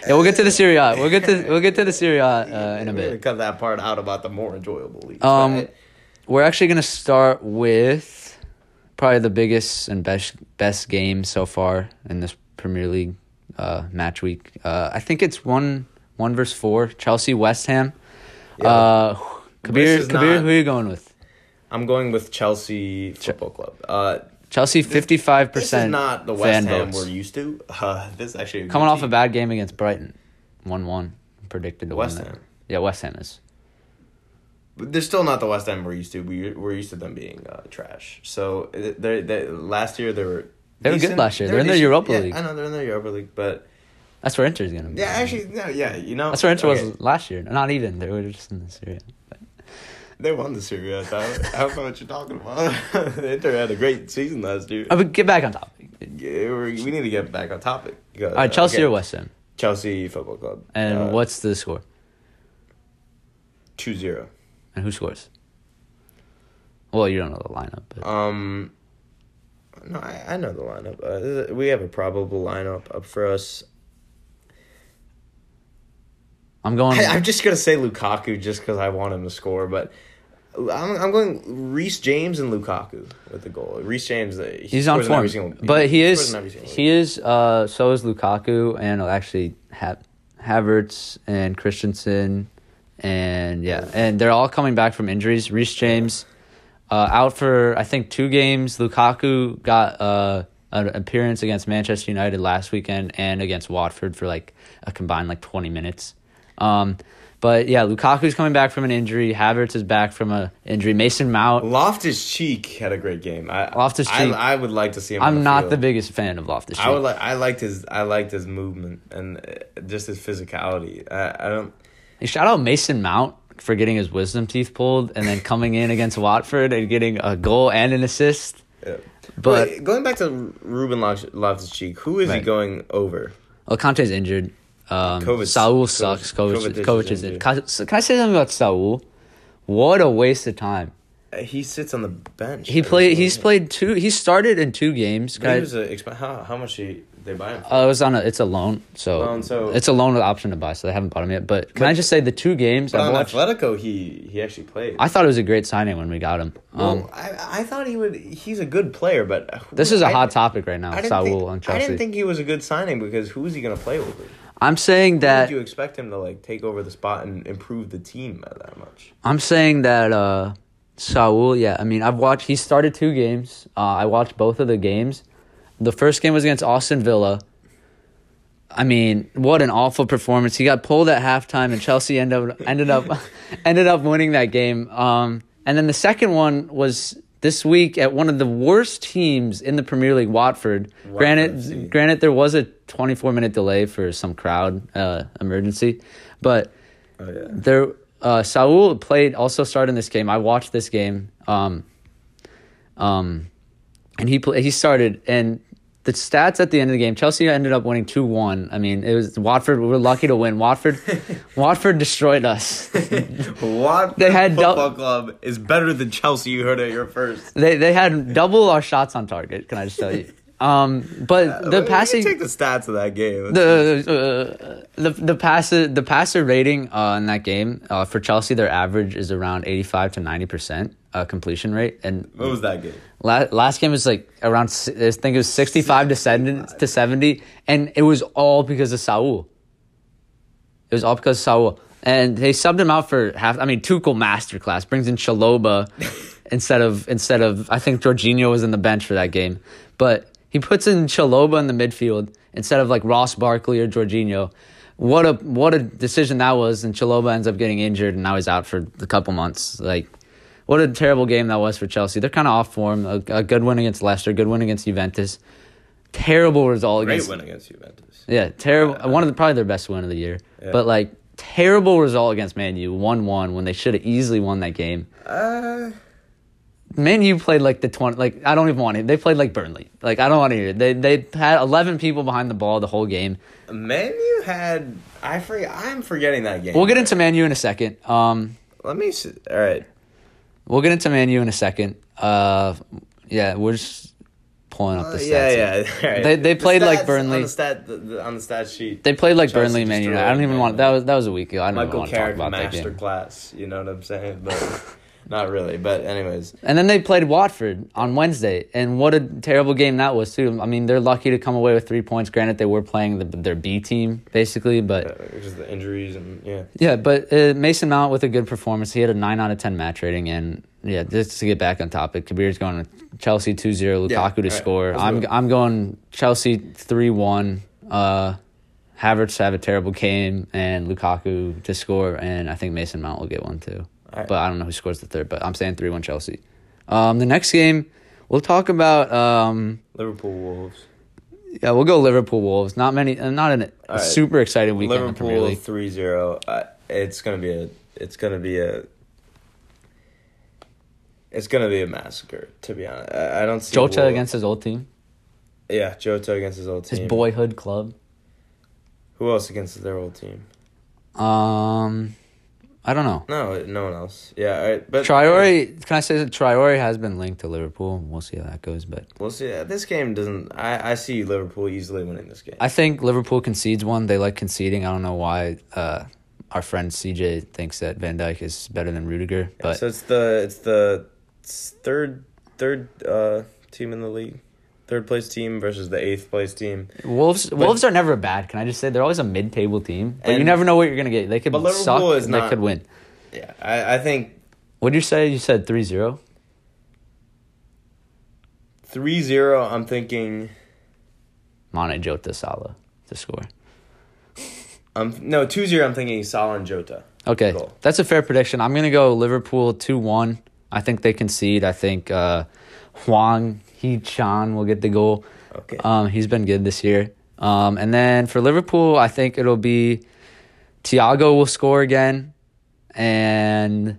Speaker 1: Yeah, we'll get to the Serie A. We'll get to we'll get to the Serie A uh, in a
Speaker 2: We're gonna
Speaker 1: bit.
Speaker 2: cut that part out about the more enjoyable leagues.
Speaker 1: Um,
Speaker 2: right?
Speaker 1: we're actually gonna start with probably the biggest and best best game so far in this Premier League uh, match week. Uh, I think it's one one versus four. Chelsea West Ham. Uh, Kabir,
Speaker 2: is
Speaker 1: Kabir,
Speaker 2: not-
Speaker 1: who are you going with?
Speaker 2: I'm going with Chelsea Football Club. Uh,
Speaker 1: Chelsea fifty five
Speaker 2: this is
Speaker 1: percent.
Speaker 2: not the West Ham we're used to. Uh, this is actually a good
Speaker 1: Coming off
Speaker 2: team.
Speaker 1: a bad game against Brighton, one one predicted to
Speaker 2: West
Speaker 1: win that.
Speaker 2: Ham.
Speaker 1: Yeah, West Ham is.
Speaker 2: But they're still not the West End we're used to. We we're used to them being uh, trash. So they they last year they were
Speaker 1: They were good last year. They're in the
Speaker 2: decent.
Speaker 1: Europa
Speaker 2: Yeah,
Speaker 1: League.
Speaker 2: I know they're in the Europa League, but
Speaker 1: That's where Inter's gonna be.
Speaker 2: yeah, actually no, yeah, you know
Speaker 1: that's where Inter
Speaker 2: okay,
Speaker 1: was last year. Not even they were just in the Serie. A.
Speaker 2: They won the Serie A. Tyler. I don't know what you're talking about. Inter had a great season last year.
Speaker 1: Oh, but get back on topic.
Speaker 2: Yeah, we're- we need to get back on topic.
Speaker 1: All right, Chelsea or West Ham,
Speaker 2: Chelsea Football Club.
Speaker 1: and
Speaker 2: uh,
Speaker 1: what's the score?
Speaker 2: 2 0.
Speaker 1: And who scores? Well, you don't know the lineup, but
Speaker 2: Um, no, I, I know the lineup. Uh, th- we have a probable lineup up for us.
Speaker 1: I'm going.
Speaker 2: I, I'm just going to say Lukaku just because I want him to score, but I'm, I'm going Reese James and Lukaku with the goal. Reese James, uh, he
Speaker 1: He's on
Speaker 2: scores in every
Speaker 1: form,
Speaker 2: single-
Speaker 1: but he
Speaker 2: scores
Speaker 1: is
Speaker 2: in every single
Speaker 1: he is. Uh, so is Lukaku, and actually ha- Havertz and Christensen, and yeah, and they're all coming back from injuries. Reece James, uh, out for I think two games. Lukaku got uh an appearance against Manchester United last weekend and against Watford for like a combined like twenty minutes. Um, but yeah, Lukaku's coming back from an injury. Havertz is back from a injury. Mason Mount.
Speaker 2: Loftus Cheek had a great game. I,
Speaker 1: Loftus-Cheek.
Speaker 2: I, I would like to see him. on
Speaker 1: I'm not
Speaker 2: field.
Speaker 1: the biggest fan of Loftus.
Speaker 2: I would like. I liked his. I liked his movement and uh, just his physicality. I, I don't.
Speaker 1: Hey, Shout out Mason Mount for getting his wisdom teeth pulled and then coming in against Watford and getting a goal and an assist.
Speaker 2: Yeah.
Speaker 1: But
Speaker 2: Wait, going back to Ruben Loftus Cheek, who is he
Speaker 1: Right.
Speaker 2: going over?
Speaker 1: well, Conte's injured. Um,
Speaker 2: Kovac-
Speaker 1: Saul
Speaker 2: Kovac-
Speaker 1: sucks.
Speaker 2: Kovac
Speaker 1: Kovac,
Speaker 2: is
Speaker 1: Kovac is
Speaker 2: injured.
Speaker 1: injured. Can can I say something about Saul? What a waste of time.
Speaker 2: Uh, He sits on the bench.
Speaker 1: He
Speaker 2: every
Speaker 1: played.
Speaker 2: single
Speaker 1: He's
Speaker 2: game.
Speaker 1: played two. He started in two games.
Speaker 2: But He
Speaker 1: Guys,
Speaker 2: was a exp- how, how much he, they buy him? For?
Speaker 1: uh, it was on a. It's a loan, so,
Speaker 2: Loan, so-
Speaker 1: it's a loan with option to buy. So they haven't bought him yet. But can I just say the two games
Speaker 2: But
Speaker 1: I
Speaker 2: on
Speaker 1: watched?
Speaker 2: Atletico, he he actually played.
Speaker 1: I thought it was a great signing when we got him. Um,
Speaker 2: well, I I thought he would. He's a good player, but who-
Speaker 1: this is a
Speaker 2: I-
Speaker 1: hot topic right now.
Speaker 2: I didn't,
Speaker 1: Saul on
Speaker 2: think,
Speaker 1: Chelsea.
Speaker 2: I didn't think he was a good signing because who is he going to play over?
Speaker 1: I'm saying
Speaker 2: How
Speaker 1: that
Speaker 2: did you expect him to like take over the spot and improve the team by that much?
Speaker 1: I'm saying that uh Saul, yeah, I mean I've watched he started two games. Uh, I watched both of the games. The first game was against Austin Villa. I mean, what an awful performance. He got pulled at halftime and Chelsea ended up ended up ended up winning that game. Um and then the second one was this week at one of the worst teams in the Premier League, Watford.
Speaker 2: FC.
Speaker 1: Granted, granted, there was a 24 minute delay for some crowd uh, emergency, but
Speaker 2: Oh yeah.
Speaker 1: there uh Saul played also started in this game. I watched this game. Um um and he play, he started and the stats at the end of the game, Chelsea ended up winning 2-1. I mean, it was Watford we were lucky to win. Watford Watford destroyed us.
Speaker 2: What
Speaker 1: They had
Speaker 2: football
Speaker 1: dou-
Speaker 2: club is better than Chelsea. You heard it here first.
Speaker 1: They they had double our shots on target, can I just tell you. Um but
Speaker 2: We
Speaker 1: the
Speaker 2: can
Speaker 1: passing
Speaker 2: Uh, take the stats of that game.
Speaker 1: the uh, the the passer the passer rating uh, in that game uh, for Chelsea their average is around 85 to 90% uh, completion rate and
Speaker 2: what was that game?
Speaker 1: La- last game was like around s- I think it was 65 to 70, to 70 and it was all because of Saul. It was all because of Saul. And they subbed him out for half I mean Tuchel masterclass brings in Chaloba instead of instead of I think Jorginho was in the bench for that game. But he puts in Chaloba in the midfield instead of like Ross Barkley or Jorginho. What a what a decision that was and Chaloba ends up getting injured and now he's out for a couple months like what a terrible game that was for Chelsea. They're kind of off form. A, a good win against Leicester, good win against Juventus. Terrible result
Speaker 2: Great
Speaker 1: against
Speaker 2: win against Juventus.
Speaker 1: yeah, terrible. one of the probably their best win of the year. But like terrible result against Man U, one one when they should have easily won that game.
Speaker 2: Uh,
Speaker 1: Man U played like the twenty. Like I don't even want to. They played like Burnley. Like I don't want to hear it. They they had eleven people behind the ball the whole game.
Speaker 2: Man, you had I for, I'm forgetting that game.
Speaker 1: We'll get into Man U in a second. Um,
Speaker 2: Let me. See. All right.
Speaker 1: we'll get into Man U in a second. Uh, yeah, we're just pulling up
Speaker 2: Uh,
Speaker 1: the stats.
Speaker 2: yeah,
Speaker 1: here.
Speaker 2: yeah. all right.
Speaker 1: They- they
Speaker 2: The
Speaker 1: played like
Speaker 2: stats
Speaker 1: Burnley.
Speaker 2: on the stat the, the- on the stat sheet.
Speaker 1: They played like
Speaker 2: Chelsea
Speaker 1: Burnley, Man
Speaker 2: destroyed
Speaker 1: United. I don't even
Speaker 2: Man
Speaker 1: want that was that was a week ago. I don't even
Speaker 2: Michael
Speaker 1: want to talk
Speaker 2: Carrick
Speaker 1: about that game.
Speaker 2: masterclass. You know what I'm saying? But not really. But anyways,
Speaker 1: And then they played Watford on Wednesday, and what a terrible game that was too. I mean, they're lucky to come away with three points. Granted, they were playing the, their B team basically,
Speaker 2: uh,
Speaker 1: but
Speaker 2: just the injuries and yeah.
Speaker 1: yeah. But uh, Mason Mount with a good performance, he had a nine out of ten match rating, and yeah, just to get back on topic, Kabir's going to Chelsea 2-0, Lukaku
Speaker 2: Yeah,
Speaker 1: to
Speaker 2: all right,
Speaker 1: score.
Speaker 2: let's
Speaker 1: I'm
Speaker 2: move.
Speaker 1: I'm going Chelsea three one. Uh, Havertz have a terrible game, and Lukaku to score, and I think Mason Mount will get one too.
Speaker 2: All right.
Speaker 1: but I don't know who scores the third. But I'm saying three one Chelsea. Um, the next game, we'll talk about. Um,
Speaker 2: Liverpool Wolves.
Speaker 1: yeah, we'll go Liverpool Wolves. Not many, uh, not an, a
Speaker 2: right.
Speaker 1: super exciting weekend. in the Premier
Speaker 2: Liverpool
Speaker 1: League.
Speaker 2: 3-0. Uh, it's gonna be a. It's gonna be a. It's gonna be a massacre. To be honest, I, I don't see.
Speaker 1: Jota
Speaker 2: Wolves-
Speaker 1: against his old team,
Speaker 2: Yeah, Jota against his old
Speaker 1: his
Speaker 2: team.
Speaker 1: boyhood club.
Speaker 2: Who else against their old team?
Speaker 1: Um, I don't know.
Speaker 2: No, no one else. Yeah, all right, but
Speaker 1: Triori, can I say that Triori has been linked to Liverpool? We'll see how that goes, but
Speaker 2: We'll see. Yeah, This game doesn't. I I see Liverpool easily winning this game.
Speaker 1: I think Liverpool concedes one. They like conceding. I don't know why. Uh, our friend CJ thinks that Van Dijk is better than Rudiger, but
Speaker 2: so it's the it's the it's third third uh team in the league, third place team versus the eighth place team.
Speaker 1: Wolves Wolves are never bad. Can I just say they're always a mid table team, but you
Speaker 2: And-
Speaker 1: never know what you're gonna get. They could
Speaker 2: But Liverpool
Speaker 1: suck.
Speaker 2: is
Speaker 1: and they
Speaker 2: not-
Speaker 1: could win.
Speaker 2: Yeah, I I think
Speaker 1: What did you say? You said 3-0?
Speaker 2: 3-0, I'm thinking.
Speaker 1: Mane Jota Salah to score.
Speaker 2: I'm um, no 2-0. I'm thinking Salah and Jota.
Speaker 1: Okay,
Speaker 2: Goal.
Speaker 1: that's a fair prediction. I'm gonna go Liverpool two one. I think they concede. I think uh, Huang Hee Chan will get the goal.
Speaker 2: Okay.
Speaker 1: Um, he's been good this year. Um, and then for Liverpool, I think it'll be Thiago will score again, and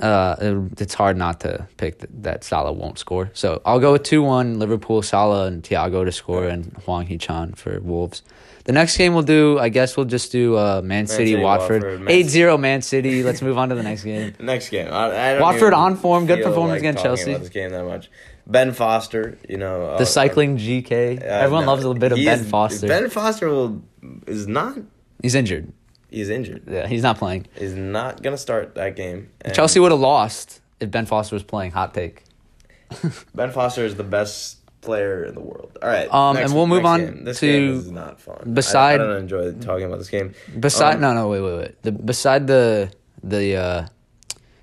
Speaker 1: uh, it- it's hard not to pick th- that Salah won't score. So I'll go with two one Liverpool, Salah and Thiago to score, and Huang Hee Chan for Wolves. The next game we'll do, I guess we'll just do uh, Man City,
Speaker 2: City,
Speaker 1: Watford,
Speaker 2: Watford, Man-
Speaker 1: 8-0 Man City. Let's move on to the next game.
Speaker 2: Next game, I, I don't
Speaker 1: Watford
Speaker 2: even
Speaker 1: on form, good
Speaker 2: feel
Speaker 1: performance
Speaker 2: like
Speaker 1: against
Speaker 2: talking
Speaker 1: Chelsea.
Speaker 2: About this game that much. Ben Foster, you know uh,
Speaker 1: The cycling GK.
Speaker 2: uh,
Speaker 1: Everyone
Speaker 2: no,
Speaker 1: loves a bit of
Speaker 2: he
Speaker 1: Ben
Speaker 2: is-
Speaker 1: Foster.
Speaker 2: Ben Foster will is not.
Speaker 1: He's injured.
Speaker 2: He's injured.
Speaker 1: Yeah, he's not playing.
Speaker 2: Is not gonna start that game. And
Speaker 1: Chelsea would have lost if Ben Foster was playing. Hot take.
Speaker 2: Ben Foster is the best player in the world. All right.
Speaker 1: Um, and we'll move on
Speaker 2: game. This
Speaker 1: to-
Speaker 2: game is not fun. I-
Speaker 1: beside-
Speaker 2: I, don't enjoy talking about this game.
Speaker 1: Beside
Speaker 2: Um,
Speaker 1: no no wait wait wait. The beside the the uh,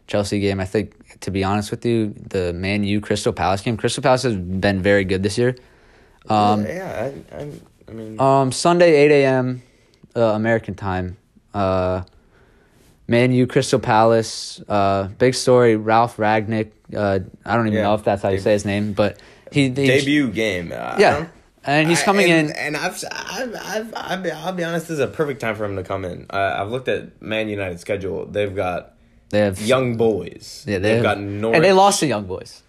Speaker 1: Chelsea game, I think to be honest with you, the Man U Crystal Palace game. Crystal Palace has been very good this year. Um,
Speaker 2: yeah, I, I, I mean,
Speaker 1: Um, Sunday, 8 a.m. Uh, American time. Uh, Man U, Crystal Palace. Uh, big story. Ralph Ragnick. Uh, I don't even
Speaker 2: Yeah.
Speaker 1: know if that's how you say his name, but he, he
Speaker 2: debut game. uh, I
Speaker 1: Yeah,
Speaker 2: don't-
Speaker 1: and he's
Speaker 2: I-
Speaker 1: coming
Speaker 2: and,
Speaker 1: in.
Speaker 2: and I've, I've, I've, I've, been- I'll be honest. This is a perfect time for him to come in. I, I've looked at Man United's schedule. They've got
Speaker 1: They have
Speaker 2: young boys.
Speaker 1: Yeah, they
Speaker 2: they've
Speaker 1: have,
Speaker 2: got Norwich.
Speaker 1: and they lost to Young Boys.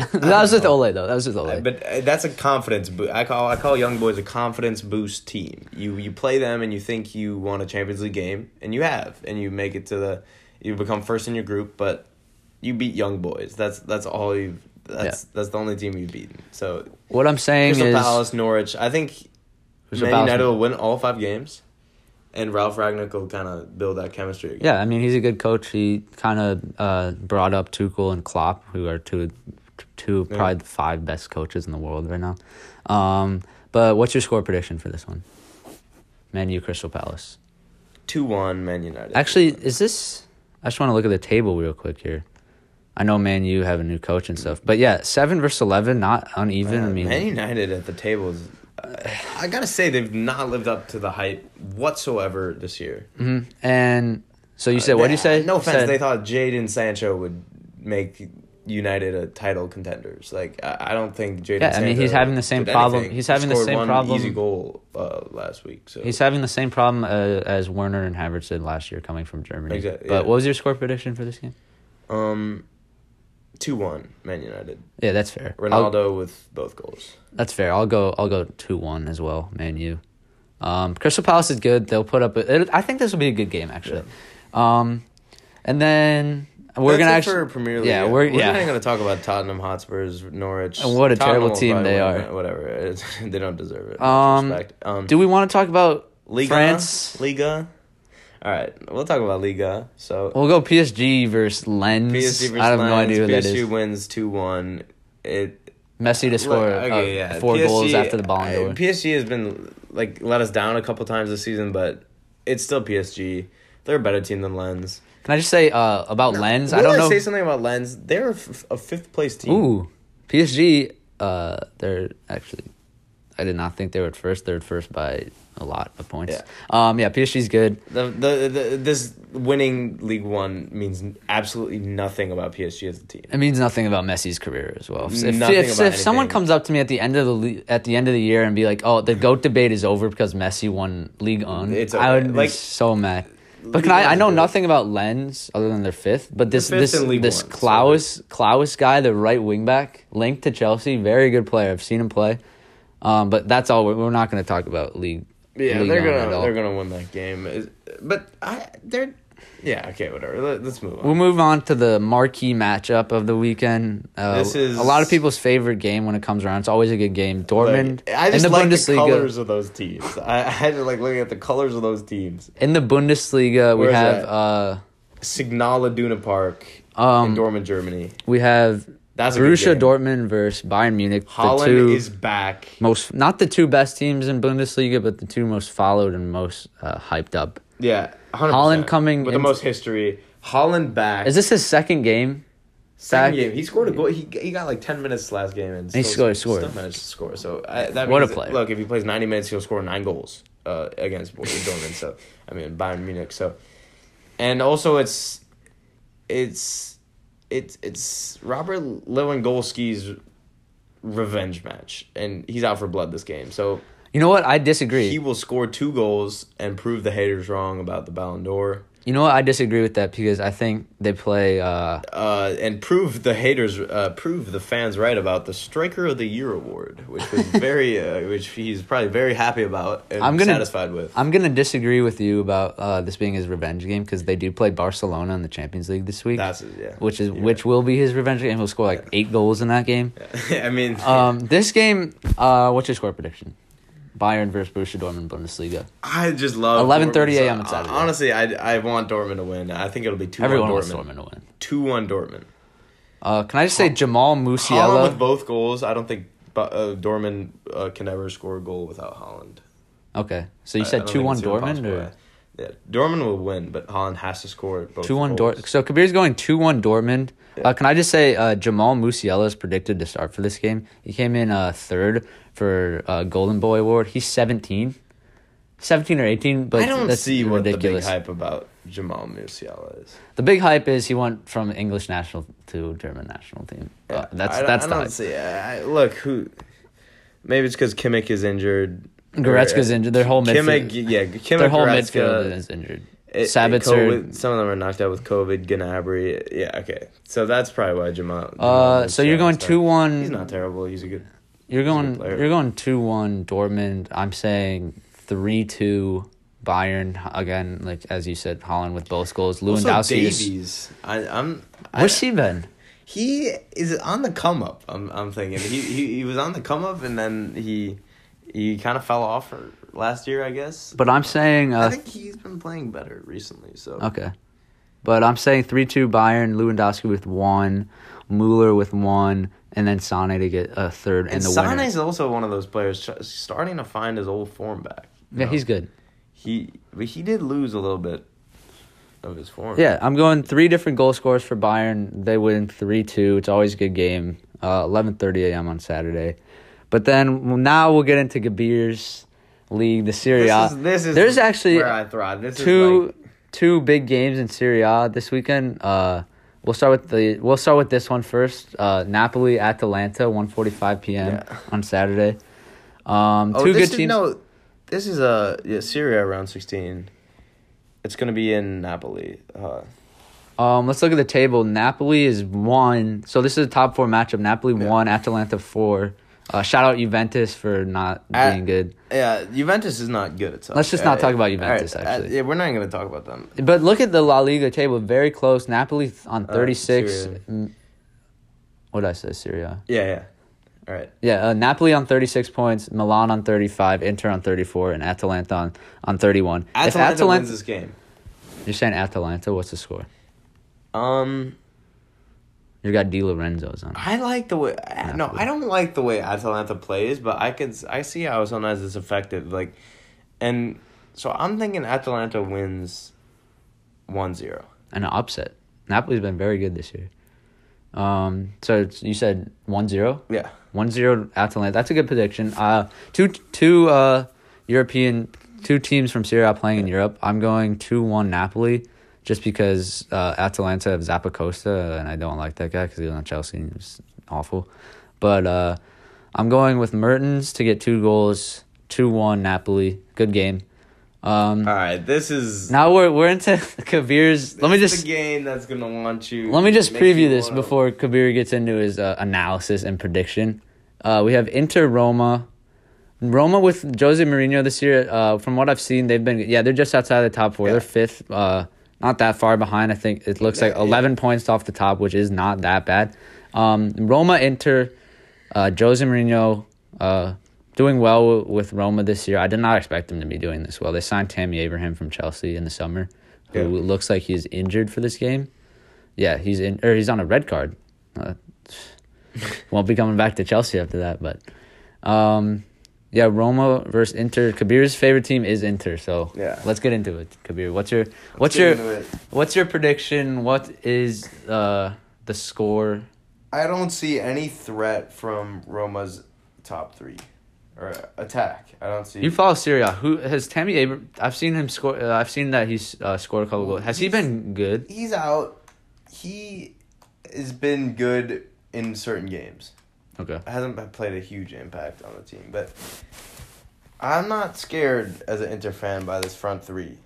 Speaker 1: that was with Ole though. That was with Ole.
Speaker 2: But uh, that's a confidence. Bo- I call I call young boys a confidence boost team. You you play them and you think you won a Champions League game, and you have, and you make it to the, you become first in your group, but you beat young boys. That's that's all you. That's that's the only team you've beaten. So
Speaker 1: what I'm saying
Speaker 2: Crystal
Speaker 1: is,
Speaker 2: Palace, Norwich. I think
Speaker 1: Crystal
Speaker 2: Man United
Speaker 1: Palace-
Speaker 2: will win all five games, and Ralph Ragnick will kind of build that chemistry. Again.
Speaker 1: yeah, I mean he's a good coach. He kind of uh, brought up Tuchel and Klopp, who are two, two probably the five best coaches in the world right now. Um, but what's your score prediction for this one? Man U Crystal Palace.
Speaker 2: two one Man United.
Speaker 1: Actually, is this? I just want to look at the table real quick here. I know Man U have a new coach and stuff, but yeah, seven versus eleven, not uneven.
Speaker 2: Uh,
Speaker 1: I mean,
Speaker 2: Man United at the table is. I- I gotta say they've not lived up to the hype whatsoever this year.
Speaker 1: Mhm. And so you said, what do you say?
Speaker 2: No
Speaker 1: You
Speaker 2: offense,
Speaker 1: said-
Speaker 2: Uh, they thought Jaden Sancho would make United a title contenders. Like I I don't think Jaden.
Speaker 1: Yeah, I mean, he's
Speaker 2: Sancho
Speaker 1: having the same
Speaker 2: did
Speaker 1: problem-
Speaker 2: anything.
Speaker 1: he's
Speaker 2: He
Speaker 1: having the
Speaker 2: scored
Speaker 1: same
Speaker 2: one
Speaker 1: problem-
Speaker 2: Easy goal uh, last week. So
Speaker 1: he's having the same problem uh, as Werner and Havertz did last year, coming from Germany.
Speaker 2: Exact- yeah.
Speaker 1: But what was your score prediction for this game?
Speaker 2: um, two one Man United.
Speaker 1: Yeah, that's fair. I'll-
Speaker 2: Ronaldo with both goals.
Speaker 1: that's fair. I'll go. I'll go two one as well. Man, you. Um, Crystal Palace is good. They'll put up. A, it, I think this will be a good game actually. Um, and then we're
Speaker 2: That's
Speaker 1: gonna
Speaker 2: it
Speaker 1: actually
Speaker 2: for Premier League.
Speaker 1: Yeah, we're, yeah.
Speaker 2: not even gonna talk about Tottenham Hotspurs, Norwich.
Speaker 1: And what a
Speaker 2: Tottenham
Speaker 1: terrible
Speaker 2: will
Speaker 1: team
Speaker 2: probably
Speaker 1: they
Speaker 2: win
Speaker 1: are.
Speaker 2: it, Whatever, It's- they don't deserve it.
Speaker 1: Um,
Speaker 2: Respect. um
Speaker 1: Do we want to talk about France?
Speaker 2: Liga. All right, we'll talk about Liga. So
Speaker 1: We'll go PSG versus Lens.
Speaker 2: PSG versus
Speaker 1: Oh, I have no
Speaker 2: Lions,
Speaker 1: idea who that
Speaker 2: PSG
Speaker 1: is.
Speaker 2: wins two one. It
Speaker 1: Messi to score
Speaker 2: Look,
Speaker 1: uh,
Speaker 2: okay, yeah.
Speaker 1: four
Speaker 2: PSG
Speaker 1: goals after the Ballon
Speaker 2: I-
Speaker 1: d'Or.
Speaker 2: PSG has been like let us down a couple times this season, but it's still PSG. They're a better team than Lens.
Speaker 1: Can I just say uh, about Lens? I
Speaker 2: Will
Speaker 1: don't know.
Speaker 2: Say something about Lens. They're a, f- a fifth place team.
Speaker 1: Ooh, PSG. Uh, they're actually. I did not think they were first. They're first by a lot of points.
Speaker 2: Yeah.
Speaker 1: Um. Yeah. PSG's good.
Speaker 2: The, the, the this winning League One means absolutely nothing about PSG as a team.
Speaker 1: It means nothing about Messi's career as well. If, if,
Speaker 2: Nothing
Speaker 1: if,
Speaker 2: about
Speaker 1: if someone
Speaker 2: anything.
Speaker 1: comes up to me at the end of the le- at the end of the year and be like, "Oh, the goat debate is over because Messi won league on,"
Speaker 2: It's
Speaker 1: I
Speaker 2: okay.
Speaker 1: would be
Speaker 2: Like,
Speaker 1: so mad. But
Speaker 2: League
Speaker 1: can I? I
Speaker 2: One's
Speaker 1: know
Speaker 2: good.
Speaker 1: nothing about Lens other than they're fifth. But this
Speaker 2: fifth
Speaker 1: this
Speaker 2: in League
Speaker 1: this
Speaker 2: One, so-
Speaker 1: Klaus Klaus guy, the right wing back, linked to Chelsea, very good player. I've seen him play. Um, but that's all. We're, we're not going to talk about league.
Speaker 2: Yeah,
Speaker 1: League
Speaker 2: they're
Speaker 1: on at
Speaker 2: gonna
Speaker 1: all.
Speaker 2: they're gonna win that game. Is- But I they're yeah okay whatever. Let, us move
Speaker 1: We'll
Speaker 2: on.
Speaker 1: move on to the marquee matchup of the weekend. Uh,
Speaker 2: This is-
Speaker 1: a lot of people's favorite game when it comes around. It's always a good game. Dortmund
Speaker 2: Like, I
Speaker 1: in
Speaker 2: just
Speaker 1: the
Speaker 2: like the
Speaker 1: Bundesliga.
Speaker 2: colors of those teams. I, I just like looking at the colors of those teams.
Speaker 1: In the Bundesliga, we
Speaker 2: Where's
Speaker 1: have
Speaker 2: that?
Speaker 1: uh,
Speaker 2: Signal Iduna Park in
Speaker 1: Um,
Speaker 2: Dortmund, Germany.
Speaker 1: we have
Speaker 2: That's a good
Speaker 1: Borussia
Speaker 2: game.
Speaker 1: Dortmund versus Bayern Munich. the
Speaker 2: Holland
Speaker 1: two
Speaker 2: is back.
Speaker 1: most, not the two best teams in Bundesliga, but the two most followed and most uh, hyped up.
Speaker 2: Yeah, 100%.
Speaker 1: Haaland coming
Speaker 2: with the
Speaker 1: in-
Speaker 2: most history. Holland back.
Speaker 1: Is this his second game?
Speaker 2: Second
Speaker 1: back?
Speaker 2: game, he scored a goal. He, he got like ten minutes last game, and
Speaker 1: he
Speaker 2: still-
Speaker 1: scored- scored.
Speaker 2: Still managed to score. So I, that
Speaker 1: What a
Speaker 2: means-
Speaker 1: player.
Speaker 2: Look, if he plays ninety minutes, he'll score nine goals uh, against Borussia Dortmund. So I mean Bayern Munich. So and also it's it's it's it's Robert Lewandowski's revenge match, and he's out for blood this game. So
Speaker 1: You know what? I disagree.
Speaker 2: he will score two goals and prove the haters wrong about the Ballon d'Or.
Speaker 1: you know what? I disagree with that because I think they play. Uh,
Speaker 2: uh, and prove the haters, uh, prove the fans right about the Striker of the Year award, which was very, uh, which he's probably very happy about and
Speaker 1: I'm gonna-
Speaker 2: satisfied with.
Speaker 1: I'm gonna disagree with you about uh, this being his revenge game because they do play Barcelona in the Champions League this week,
Speaker 2: That's it, yeah.
Speaker 1: which is
Speaker 2: You're
Speaker 1: which will be his revenge game. He'll score like eight goals in that game.
Speaker 2: right. I mean,
Speaker 1: Um, this game, uh, what's your score prediction? Bayern versus Borussia Dortmund Bundesliga.
Speaker 2: I just love
Speaker 1: 11:30
Speaker 2: Dortmund.
Speaker 1: a.m. on Saturday.
Speaker 2: Honestly, I I want Dortmund to win. I think it'll be two
Speaker 1: Everyone
Speaker 2: one
Speaker 1: wants Dortmund
Speaker 2: Dortmund.
Speaker 1: to win.
Speaker 2: Two one Dortmund.
Speaker 1: Uh, can I just say Jamal
Speaker 2: Holland with
Speaker 1: Musiala?
Speaker 2: both goals. I don't think Bu- uh, Dortmund uh, can ever score a goal without Holland.
Speaker 1: Okay, so you
Speaker 2: I- I
Speaker 1: said
Speaker 2: don't
Speaker 1: two
Speaker 2: think
Speaker 1: one
Speaker 2: it's
Speaker 1: Dortmund
Speaker 2: impossible.
Speaker 1: or
Speaker 2: Yeah, Dortmund will win, but Holland has to score both.
Speaker 1: two one
Speaker 2: goals.
Speaker 1: Dort. So Kabir's going two one Dortmund. Uh, can I just say uh, Jamal Musiala is predicted to start for this game. He came in uh, third for uh, Golden Boy award. He's 17. 17 or eighteen, but
Speaker 2: I don't
Speaker 1: that's
Speaker 2: see what
Speaker 1: ridiculous.
Speaker 2: the big hype about Jamal Musiala is.
Speaker 1: The big hype is he went from English national to German national team. Uh, that's
Speaker 2: I, don't-
Speaker 1: that's
Speaker 2: I
Speaker 1: the
Speaker 2: don't
Speaker 1: hype.
Speaker 2: see. I, I- look, who? Maybe it's because Kimmich is injured.
Speaker 1: Goretzka's
Speaker 2: Or-
Speaker 1: injured. Their whole
Speaker 2: Kimmich,
Speaker 1: midfield.
Speaker 2: yeah, Kimmich.
Speaker 1: Their whole
Speaker 2: Goretzka,
Speaker 1: midfield is injured.
Speaker 2: it- it-
Speaker 1: Sabitzer.
Speaker 2: COVID- some of them are knocked out with COVID. Gnabry. Yeah. Okay. So that's probably why Jamal.
Speaker 1: Uh, so you're
Speaker 2: Musiala's
Speaker 1: going
Speaker 2: not-
Speaker 1: two one.
Speaker 2: He's not terrible. He's a good.
Speaker 1: You're
Speaker 2: good
Speaker 1: going.
Speaker 2: player.
Speaker 1: You're going two one Dortmund. I'm saying three two Bayern again. Like as you said, Holland with both goals.
Speaker 2: Also,
Speaker 1: Lewandowski. is-
Speaker 2: Davies. I, I'm. I,
Speaker 1: Where's he been?
Speaker 2: he is on the come up. I'm I'm thinking he he, he was on the come up and then he he kind of fell off for last year, I guess.
Speaker 1: But I'm saying.
Speaker 2: I
Speaker 1: Uh,
Speaker 2: think he's been playing better recently. So
Speaker 1: okay. But I'm saying three two Bayern. Lewandowski with one. Mueller with one, and then Sane to get a third and,
Speaker 2: and
Speaker 1: the
Speaker 2: Sane's also one of those players tr- starting to find his old form back. you
Speaker 1: winner. Yeah,
Speaker 2: know?
Speaker 1: he's good.
Speaker 2: he but he did lose a little bit of his form.
Speaker 1: Yeah, I'm going three different goal scores for Bayern. They win three two. It's always a good game. Uh, Eleven thirty a.m. on Saturday, but then well, now we'll get into Gabir's league, the Serie A.
Speaker 2: This is, this is
Speaker 1: There's actually
Speaker 2: where I thrive. This
Speaker 1: two
Speaker 2: is like,
Speaker 1: two big games in Serie A this weekend. Uh, we'll start with the we'll start with this one first. Uh, Napoli Atalanta, 1.45 p.m.
Speaker 2: Yeah.
Speaker 1: on Saturday. Um,
Speaker 2: oh,
Speaker 1: two
Speaker 2: this
Speaker 1: good
Speaker 2: is,
Speaker 1: teams.
Speaker 2: No, this is a yeah, Syria round sixteen. It's gonna be in Napoli. Uh,
Speaker 1: Um, let's look at the table. Napoli is one. So this is a top four matchup. Napoli
Speaker 2: Yeah.
Speaker 1: one, Atalanta four. Uh, shout out Juventus for not
Speaker 2: At-
Speaker 1: being good.
Speaker 2: Yeah, Juventus is not good at something.
Speaker 1: Let's just not talk about Juventus, actually.
Speaker 2: uh, yeah, we're not going to talk about them.
Speaker 1: But look at the La Liga table. Very close. Napoli th- on
Speaker 2: Uh,
Speaker 1: thirty six.
Speaker 2: Syria.
Speaker 1: what did I say? Syria.
Speaker 2: Yeah, yeah. All right.
Speaker 1: Yeah, uh, Napoli on thirty six points. Milan on thirty five. Inter on thirty four, and Atalanta on on thirty one. If
Speaker 2: Atalanta,
Speaker 1: Atalanta,
Speaker 2: wins this game.
Speaker 1: you're saying Atalanta. What's the score?
Speaker 2: Um,
Speaker 1: You got Di Lorenzo's on.
Speaker 2: I like the way. I- No, I don't like the way Atalanta plays, but I could. I see how sometimes it's effective. Like, and so I'm thinking Atalanta wins 1-0.
Speaker 1: An upset. Napoli's been very good this year. Um, so it's, you said 1-0?
Speaker 2: Yeah.
Speaker 1: 1-0 Atalanta. That's a good prediction. Uh, two two uh European two teams from Serie A playing in Europe. I'm going 2-1 Napoli just because uh, Atalanta have Zappacosta and I don't like that guy cuz he was on Chelsea and he was awful. But uh I'm going with Mertens to get two goals, 2-1 Napoli. Good game. Um
Speaker 2: All right. This is
Speaker 1: now we're we're into Kabir's. Let me
Speaker 2: this is
Speaker 1: just
Speaker 2: the game that's gonna want you.
Speaker 1: let me just
Speaker 2: make you
Speaker 1: preview this
Speaker 2: wanna-
Speaker 1: before Kabir gets into his uh, analysis and prediction. Uh, we have Inter Roma. Roma with Jose Mourinho this year. Uh, from what I've seen, they've been yeah they're just outside of the top four.
Speaker 2: Yeah.
Speaker 1: They're fifth, uh, not that far behind. I think it looks
Speaker 2: Yeah,
Speaker 1: like
Speaker 2: yeah.
Speaker 1: eleven points off the top, which is not that bad. Um, Roma Inter, uh, Jose Mourinho uh, doing well w- with Roma this year. I did not expect him to be doing this well. They signed Tammy Abraham from Chelsea in the summer, who
Speaker 2: Yeah.
Speaker 1: looks like he's injured for this game. Yeah, he's in or he's on a red card. Uh, won't be coming back to Chelsea after that, but um, yeah, Roma versus Inter. Kabir's favorite team is Inter, so
Speaker 2: Yeah.
Speaker 1: let's get into it. Kabir, what's your what's
Speaker 2: get
Speaker 1: your
Speaker 2: into it.
Speaker 1: what's your prediction? What is uh the score?
Speaker 2: I don't see any threat from Roma's top three or attack. I don't see.
Speaker 1: You follow Syria. Who has Tammy Abram? I've seen him score. Uh, I've seen that he's uh, scored a couple goals. Has he been good?
Speaker 2: he's out. He has been good in certain games.
Speaker 1: Okay.
Speaker 2: Hasn't been- played a huge impact on the team, but I'm not scared as an Inter fan by this front three.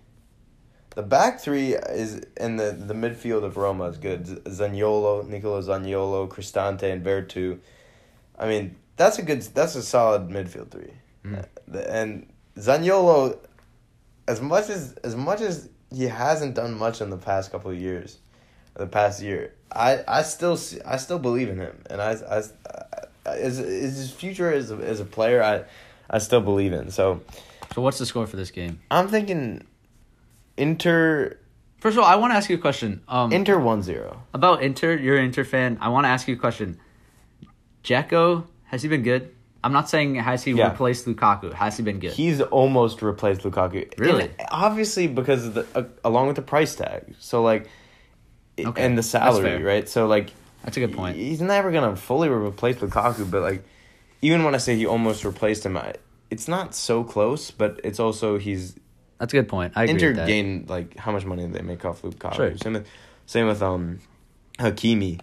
Speaker 2: The back three is and the the midfield of Roma is good. Z- Zaniolo, Nicolo Zaniolo, Cristante, and Vertu. I mean, that's a good. That's a solid midfield three.
Speaker 1: Mhm.
Speaker 2: The- And Zaniolo, as much as as much as he hasn't done much in the past couple of years, the past year, I I still see, I still believe in him, and I I, I is is his future as a, as a player. I I still believe in. So
Speaker 1: So what's the score for this game?
Speaker 2: I'm thinking. Inter
Speaker 1: First of all, I want to ask you a question. Um,
Speaker 2: Inter 1-0.
Speaker 1: about Inter. You're an Inter fan. I want to ask you a question. Jacko, has he been good? I'm not saying has he
Speaker 2: Yeah.
Speaker 1: replaced Lukaku. Has he been good?
Speaker 2: He's almost replaced Lukaku.
Speaker 1: Really?
Speaker 2: And obviously, because of the, uh, along with the price tag. So, like, i-
Speaker 1: Okay,
Speaker 2: and the
Speaker 1: that's
Speaker 2: salary,
Speaker 1: fair.
Speaker 2: right? So, like,
Speaker 1: That's a good point.
Speaker 2: he's never going to fully replace Lukaku, but, like, even when I say he almost replaced him, I, it's not so close, but it's also he's
Speaker 1: That's a good point. I agree
Speaker 2: Inter
Speaker 1: with that.
Speaker 2: gained like how much money did they make off Lukaku?
Speaker 1: Sure.
Speaker 2: Same with same with um Hakimi.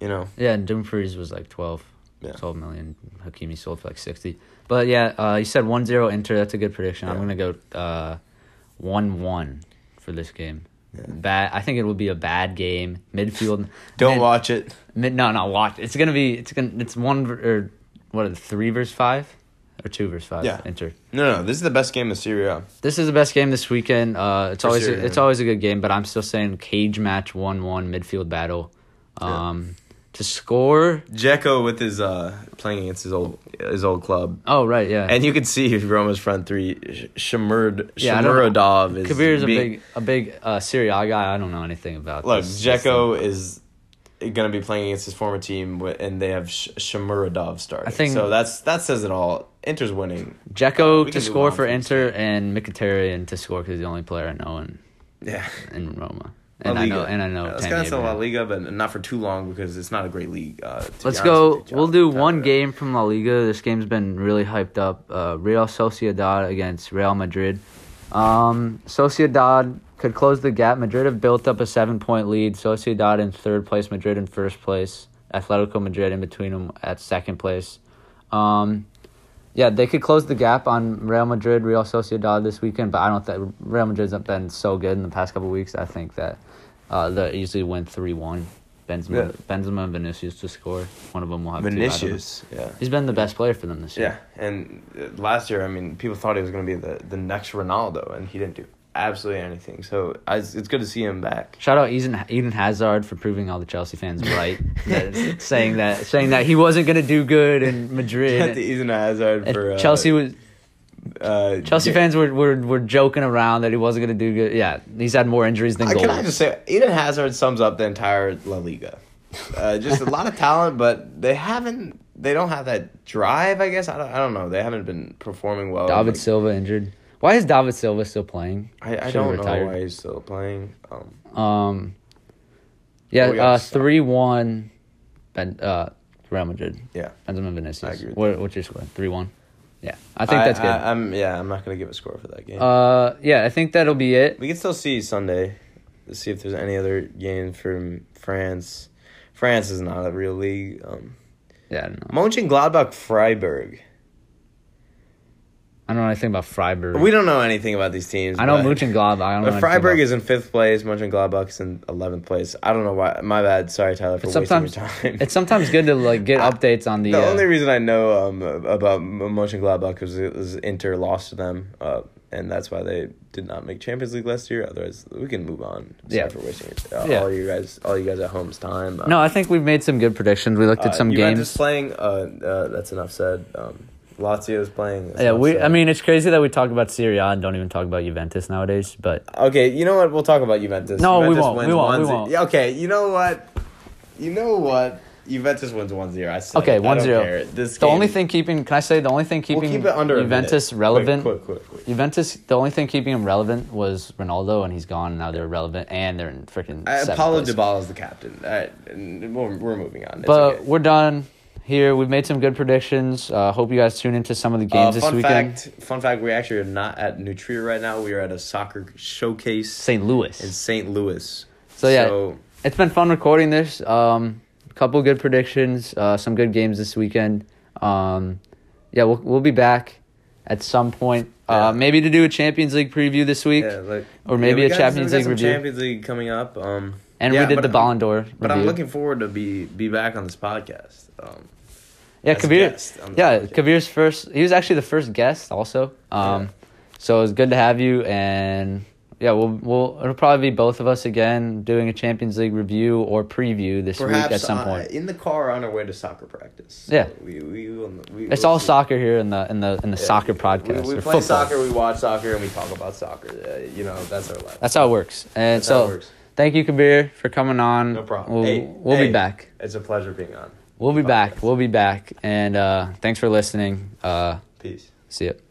Speaker 2: You know.
Speaker 1: Yeah, and Dumfries was like 12,
Speaker 2: Yeah.
Speaker 1: 12 million. Hakimi sold for like 60. But yeah, uh, you said 1 0 Inter. That's a good prediction. I'm
Speaker 2: Yeah.
Speaker 1: going to go uh, 1 1 for this game.
Speaker 2: Yeah.
Speaker 1: Bad. I think it will be a bad game. Midfield.
Speaker 2: Don't
Speaker 1: mid-
Speaker 2: watch it.
Speaker 1: Mid, no, no, watch. It's gonna be. It's gonna. It's one ver- or what? Are the three versus five, or two versus five.
Speaker 2: Yeah.
Speaker 1: Inter.
Speaker 2: No, no, this is the best game of Syria.
Speaker 1: This is the best game this weekend. Uh, it's
Speaker 2: For
Speaker 1: always
Speaker 2: sure,
Speaker 1: it's
Speaker 2: yeah.
Speaker 1: always a good game, but I'm still saying cage match one one midfield battle. Um, to score.
Speaker 2: Jekko with his uh playing against his old his old club.
Speaker 1: Oh right, yeah.
Speaker 2: And you could see Roma's front three, Sh- Shamurd,
Speaker 1: Yeah, I don't-
Speaker 2: Shamurodov is
Speaker 1: Kabir is a
Speaker 2: being-
Speaker 1: big a big uh, Serie A guy. I don't know anything about.
Speaker 2: Look,
Speaker 1: this- this thing.
Speaker 2: Jekko is going to be playing against his former team, wi- and they have Sh- Shamurodov starting.
Speaker 1: I think-
Speaker 2: so. That's that says it all. Inter's winning.
Speaker 1: Jekko
Speaker 2: we can
Speaker 1: to
Speaker 2: move
Speaker 1: score
Speaker 2: on
Speaker 1: for
Speaker 2: from this
Speaker 1: Inter and Mkhitaryan to score because he's the only player I know in,
Speaker 2: Yeah,
Speaker 1: in Roma.
Speaker 2: La
Speaker 1: And I
Speaker 2: Liga.
Speaker 1: know and I know.
Speaker 2: Let's
Speaker 1: Tammy
Speaker 2: get into
Speaker 1: Abraham.
Speaker 2: La Liga, but not for too long because it's not a great league. Uh, to be
Speaker 1: Let's
Speaker 2: honest
Speaker 1: go.
Speaker 2: with you,
Speaker 1: We'll
Speaker 2: Jonathan.
Speaker 1: do one game from La Liga. This game's been really hyped up. Uh, Real Sociedad against Real Madrid. Um, Sociedad could close the gap. Madrid have built up a seven point lead. Sociedad in third place, Madrid in first place, Atletico Madrid in between them at second place. Um, yeah, they could close the gap on Real Madrid, Real Sociedad this weekend, but I don't think Real Madrid's not been so good in the past couple weeks. I think that uh, they easily win 3 1. Benzema,
Speaker 2: Yeah.
Speaker 1: Benzema and Vinicius to score. One of them will have two, I don't know.
Speaker 2: Vinicius. Yeah.
Speaker 1: He's been the best player for them this year.
Speaker 2: Yeah, and uh, last year, I mean, people thought he was going to be the, the next Ronaldo, and he didn't do absolutely anything. So I, it's it's good to see him back.
Speaker 1: Shout out Eden, Eden Hazard for proving all the Chelsea fans right, that, saying that saying that he wasn't going to do good in Madrid.
Speaker 2: Shout out to Eden Hazard
Speaker 1: And
Speaker 2: for uh,
Speaker 1: Chelsea was
Speaker 2: Uh,
Speaker 1: Chelsea
Speaker 2: yeah.
Speaker 1: fans were, were were joking around that he wasn't going to do good. Yeah, he's had more injuries than
Speaker 2: Uh,
Speaker 1: goals.
Speaker 2: Can I just say, Eden Hazard sums up the entire La Liga. Uh, just a lot of talent, but they haven't. They don't have that drive. I guess I don't. I don't know. They haven't been performing well.
Speaker 1: David
Speaker 2: Like,
Speaker 1: Silva injured. Why is David Silva still playing?
Speaker 2: I, I
Speaker 1: Should've
Speaker 2: don't know
Speaker 1: retired.
Speaker 2: why he's still playing. Um,
Speaker 1: Um, Yeah,
Speaker 2: What we got
Speaker 1: uh,
Speaker 2: to say?
Speaker 1: three one, ben, uh, Real Madrid.
Speaker 2: Yeah.
Speaker 1: Benjamin Vinicius.
Speaker 2: I agree with
Speaker 1: What, what's your score? Three one. Yeah, I think that's good.
Speaker 2: I, am yeah, I'm not gonna give a score for that game.
Speaker 1: uh, yeah, I think that'll be it.
Speaker 2: we can still see Sunday, Let's see if there's any other game from France. France is not a real league. Um,
Speaker 1: Yeah, I don't know.
Speaker 2: Mönchengladbach Freiburg.
Speaker 1: I don't know anything about Freiburg.
Speaker 2: We don't know anything about these teams.
Speaker 1: I know
Speaker 2: but-
Speaker 1: Mönchengladbach. I don't know
Speaker 2: But
Speaker 1: anything
Speaker 2: Freiburg
Speaker 1: about-
Speaker 2: is in fifth place. Mönchengladbach is in eleventh place. I don't know why. My bad. Sorry, Tyler, for
Speaker 1: It's
Speaker 2: wasting
Speaker 1: sometimes
Speaker 2: your time.
Speaker 1: it's sometimes good to like get
Speaker 2: I-
Speaker 1: updates on the.
Speaker 2: The
Speaker 1: uh,
Speaker 2: only reason I know um, about M- Mönchengladbach was, it was Inter lost to them, uh, and that's why they did not make Champions League last year. Otherwise, we can move on. Sorry
Speaker 1: Yeah.
Speaker 2: for wasting your, uh,
Speaker 1: Yeah.
Speaker 2: all you guys, all you guys at home's time. Uh,
Speaker 1: no, I think we've made some good predictions. We looked
Speaker 2: uh,
Speaker 1: at some
Speaker 2: Juventus
Speaker 1: games.
Speaker 2: playing. Uh, uh, that's enough said. Um, Lazio's playing. that's
Speaker 1: Yeah,
Speaker 2: enough
Speaker 1: we.
Speaker 2: said.
Speaker 1: I mean, it's crazy that we talk about Serie A and don't even talk about Juventus nowadays. But
Speaker 2: Okay, you know what? We'll talk about Juventus.
Speaker 1: No, we
Speaker 2: Juventus
Speaker 1: won't. We won't. We won't.
Speaker 2: Yeah, Okay, you know what? You know what? Juventus wins 1-0. I said
Speaker 1: Okay,
Speaker 2: it. I don't
Speaker 1: 1-0.
Speaker 2: care. This
Speaker 1: the
Speaker 2: game-
Speaker 1: only thing keeping, can I say, the only thing keeping
Speaker 2: we'll keep it under a
Speaker 1: Juventus
Speaker 2: minute.
Speaker 1: relevant,
Speaker 2: Quick, quick, quick, quick.
Speaker 1: Juventus, the only thing keeping him relevant was Ronaldo, and he's gone. and Now they're relevant, and they're in freaking.
Speaker 2: Uh,
Speaker 1: seventh
Speaker 2: Paulo
Speaker 1: place.
Speaker 2: Dybala is the captain. All right, and we're, we're moving on. It's
Speaker 1: But
Speaker 2: okay.
Speaker 1: we're done here. We've made some good predictions. Uh, hope you guys tune into some of the
Speaker 2: Uh,
Speaker 1: games this
Speaker 2: fun
Speaker 1: weekend.
Speaker 2: fact, fun fact, we actually are not at Nutria right now. We are at a soccer showcase
Speaker 1: St.
Speaker 2: in
Speaker 1: Louis.
Speaker 2: St. Louis.
Speaker 1: So, yeah.
Speaker 2: So,
Speaker 1: It's been fun recording this. Um, couple good predictions. Uh, some good games this weekend. Um, yeah, we'll we'll be back at some point.
Speaker 2: Yeah.
Speaker 1: Uh, maybe to do a Champions League preview this week.
Speaker 2: yeah, like,
Speaker 1: Or maybe
Speaker 2: yeah, we
Speaker 1: a
Speaker 2: got-
Speaker 1: Champions
Speaker 2: we got
Speaker 1: League
Speaker 2: some
Speaker 1: review.
Speaker 2: Champions League coming up. Um,
Speaker 1: And
Speaker 2: yeah,
Speaker 1: we did
Speaker 2: but
Speaker 1: the
Speaker 2: I'm-
Speaker 1: Ballon d'Or.
Speaker 2: But I'm
Speaker 1: review.
Speaker 2: looking forward to be be back on this podcast. Um,
Speaker 1: Yeah,
Speaker 2: as a
Speaker 1: Kabir.
Speaker 2: guest on the
Speaker 1: Yeah,
Speaker 2: podcast.
Speaker 1: Kabir's first. He was actually the first guest, also. Um,
Speaker 2: Yeah.
Speaker 1: so it was good to have you, and yeah, we'll we'll it'll probably be both of us again doing a Champions League review or preview this
Speaker 2: perhaps
Speaker 1: week at some
Speaker 2: uh,
Speaker 1: point.
Speaker 2: in the car on our way to soccer practice.
Speaker 1: Yeah.
Speaker 2: we we will. We,
Speaker 1: It's
Speaker 2: we'll
Speaker 1: all
Speaker 2: see.
Speaker 1: soccer here in the in the in the
Speaker 2: Yeah,
Speaker 1: soccer
Speaker 2: we-
Speaker 1: podcast.
Speaker 2: We, we
Speaker 1: or
Speaker 2: play
Speaker 1: football.
Speaker 2: soccer, we watch soccer, and we talk about soccer. Uh, you know, that's our life.
Speaker 1: That's how it works. And
Speaker 2: That's how it
Speaker 1: so,
Speaker 2: works.
Speaker 1: thank you, Kabir, for coming on.
Speaker 2: No problem.
Speaker 1: We'll,
Speaker 2: Hey,
Speaker 1: we'll
Speaker 2: hey.
Speaker 1: be back.
Speaker 2: It's a pleasure being on.
Speaker 1: We'll be back.
Speaker 2: Podcast.
Speaker 1: We'll be back. And uh, thanks for listening. Uh,
Speaker 2: Peace.
Speaker 1: see you.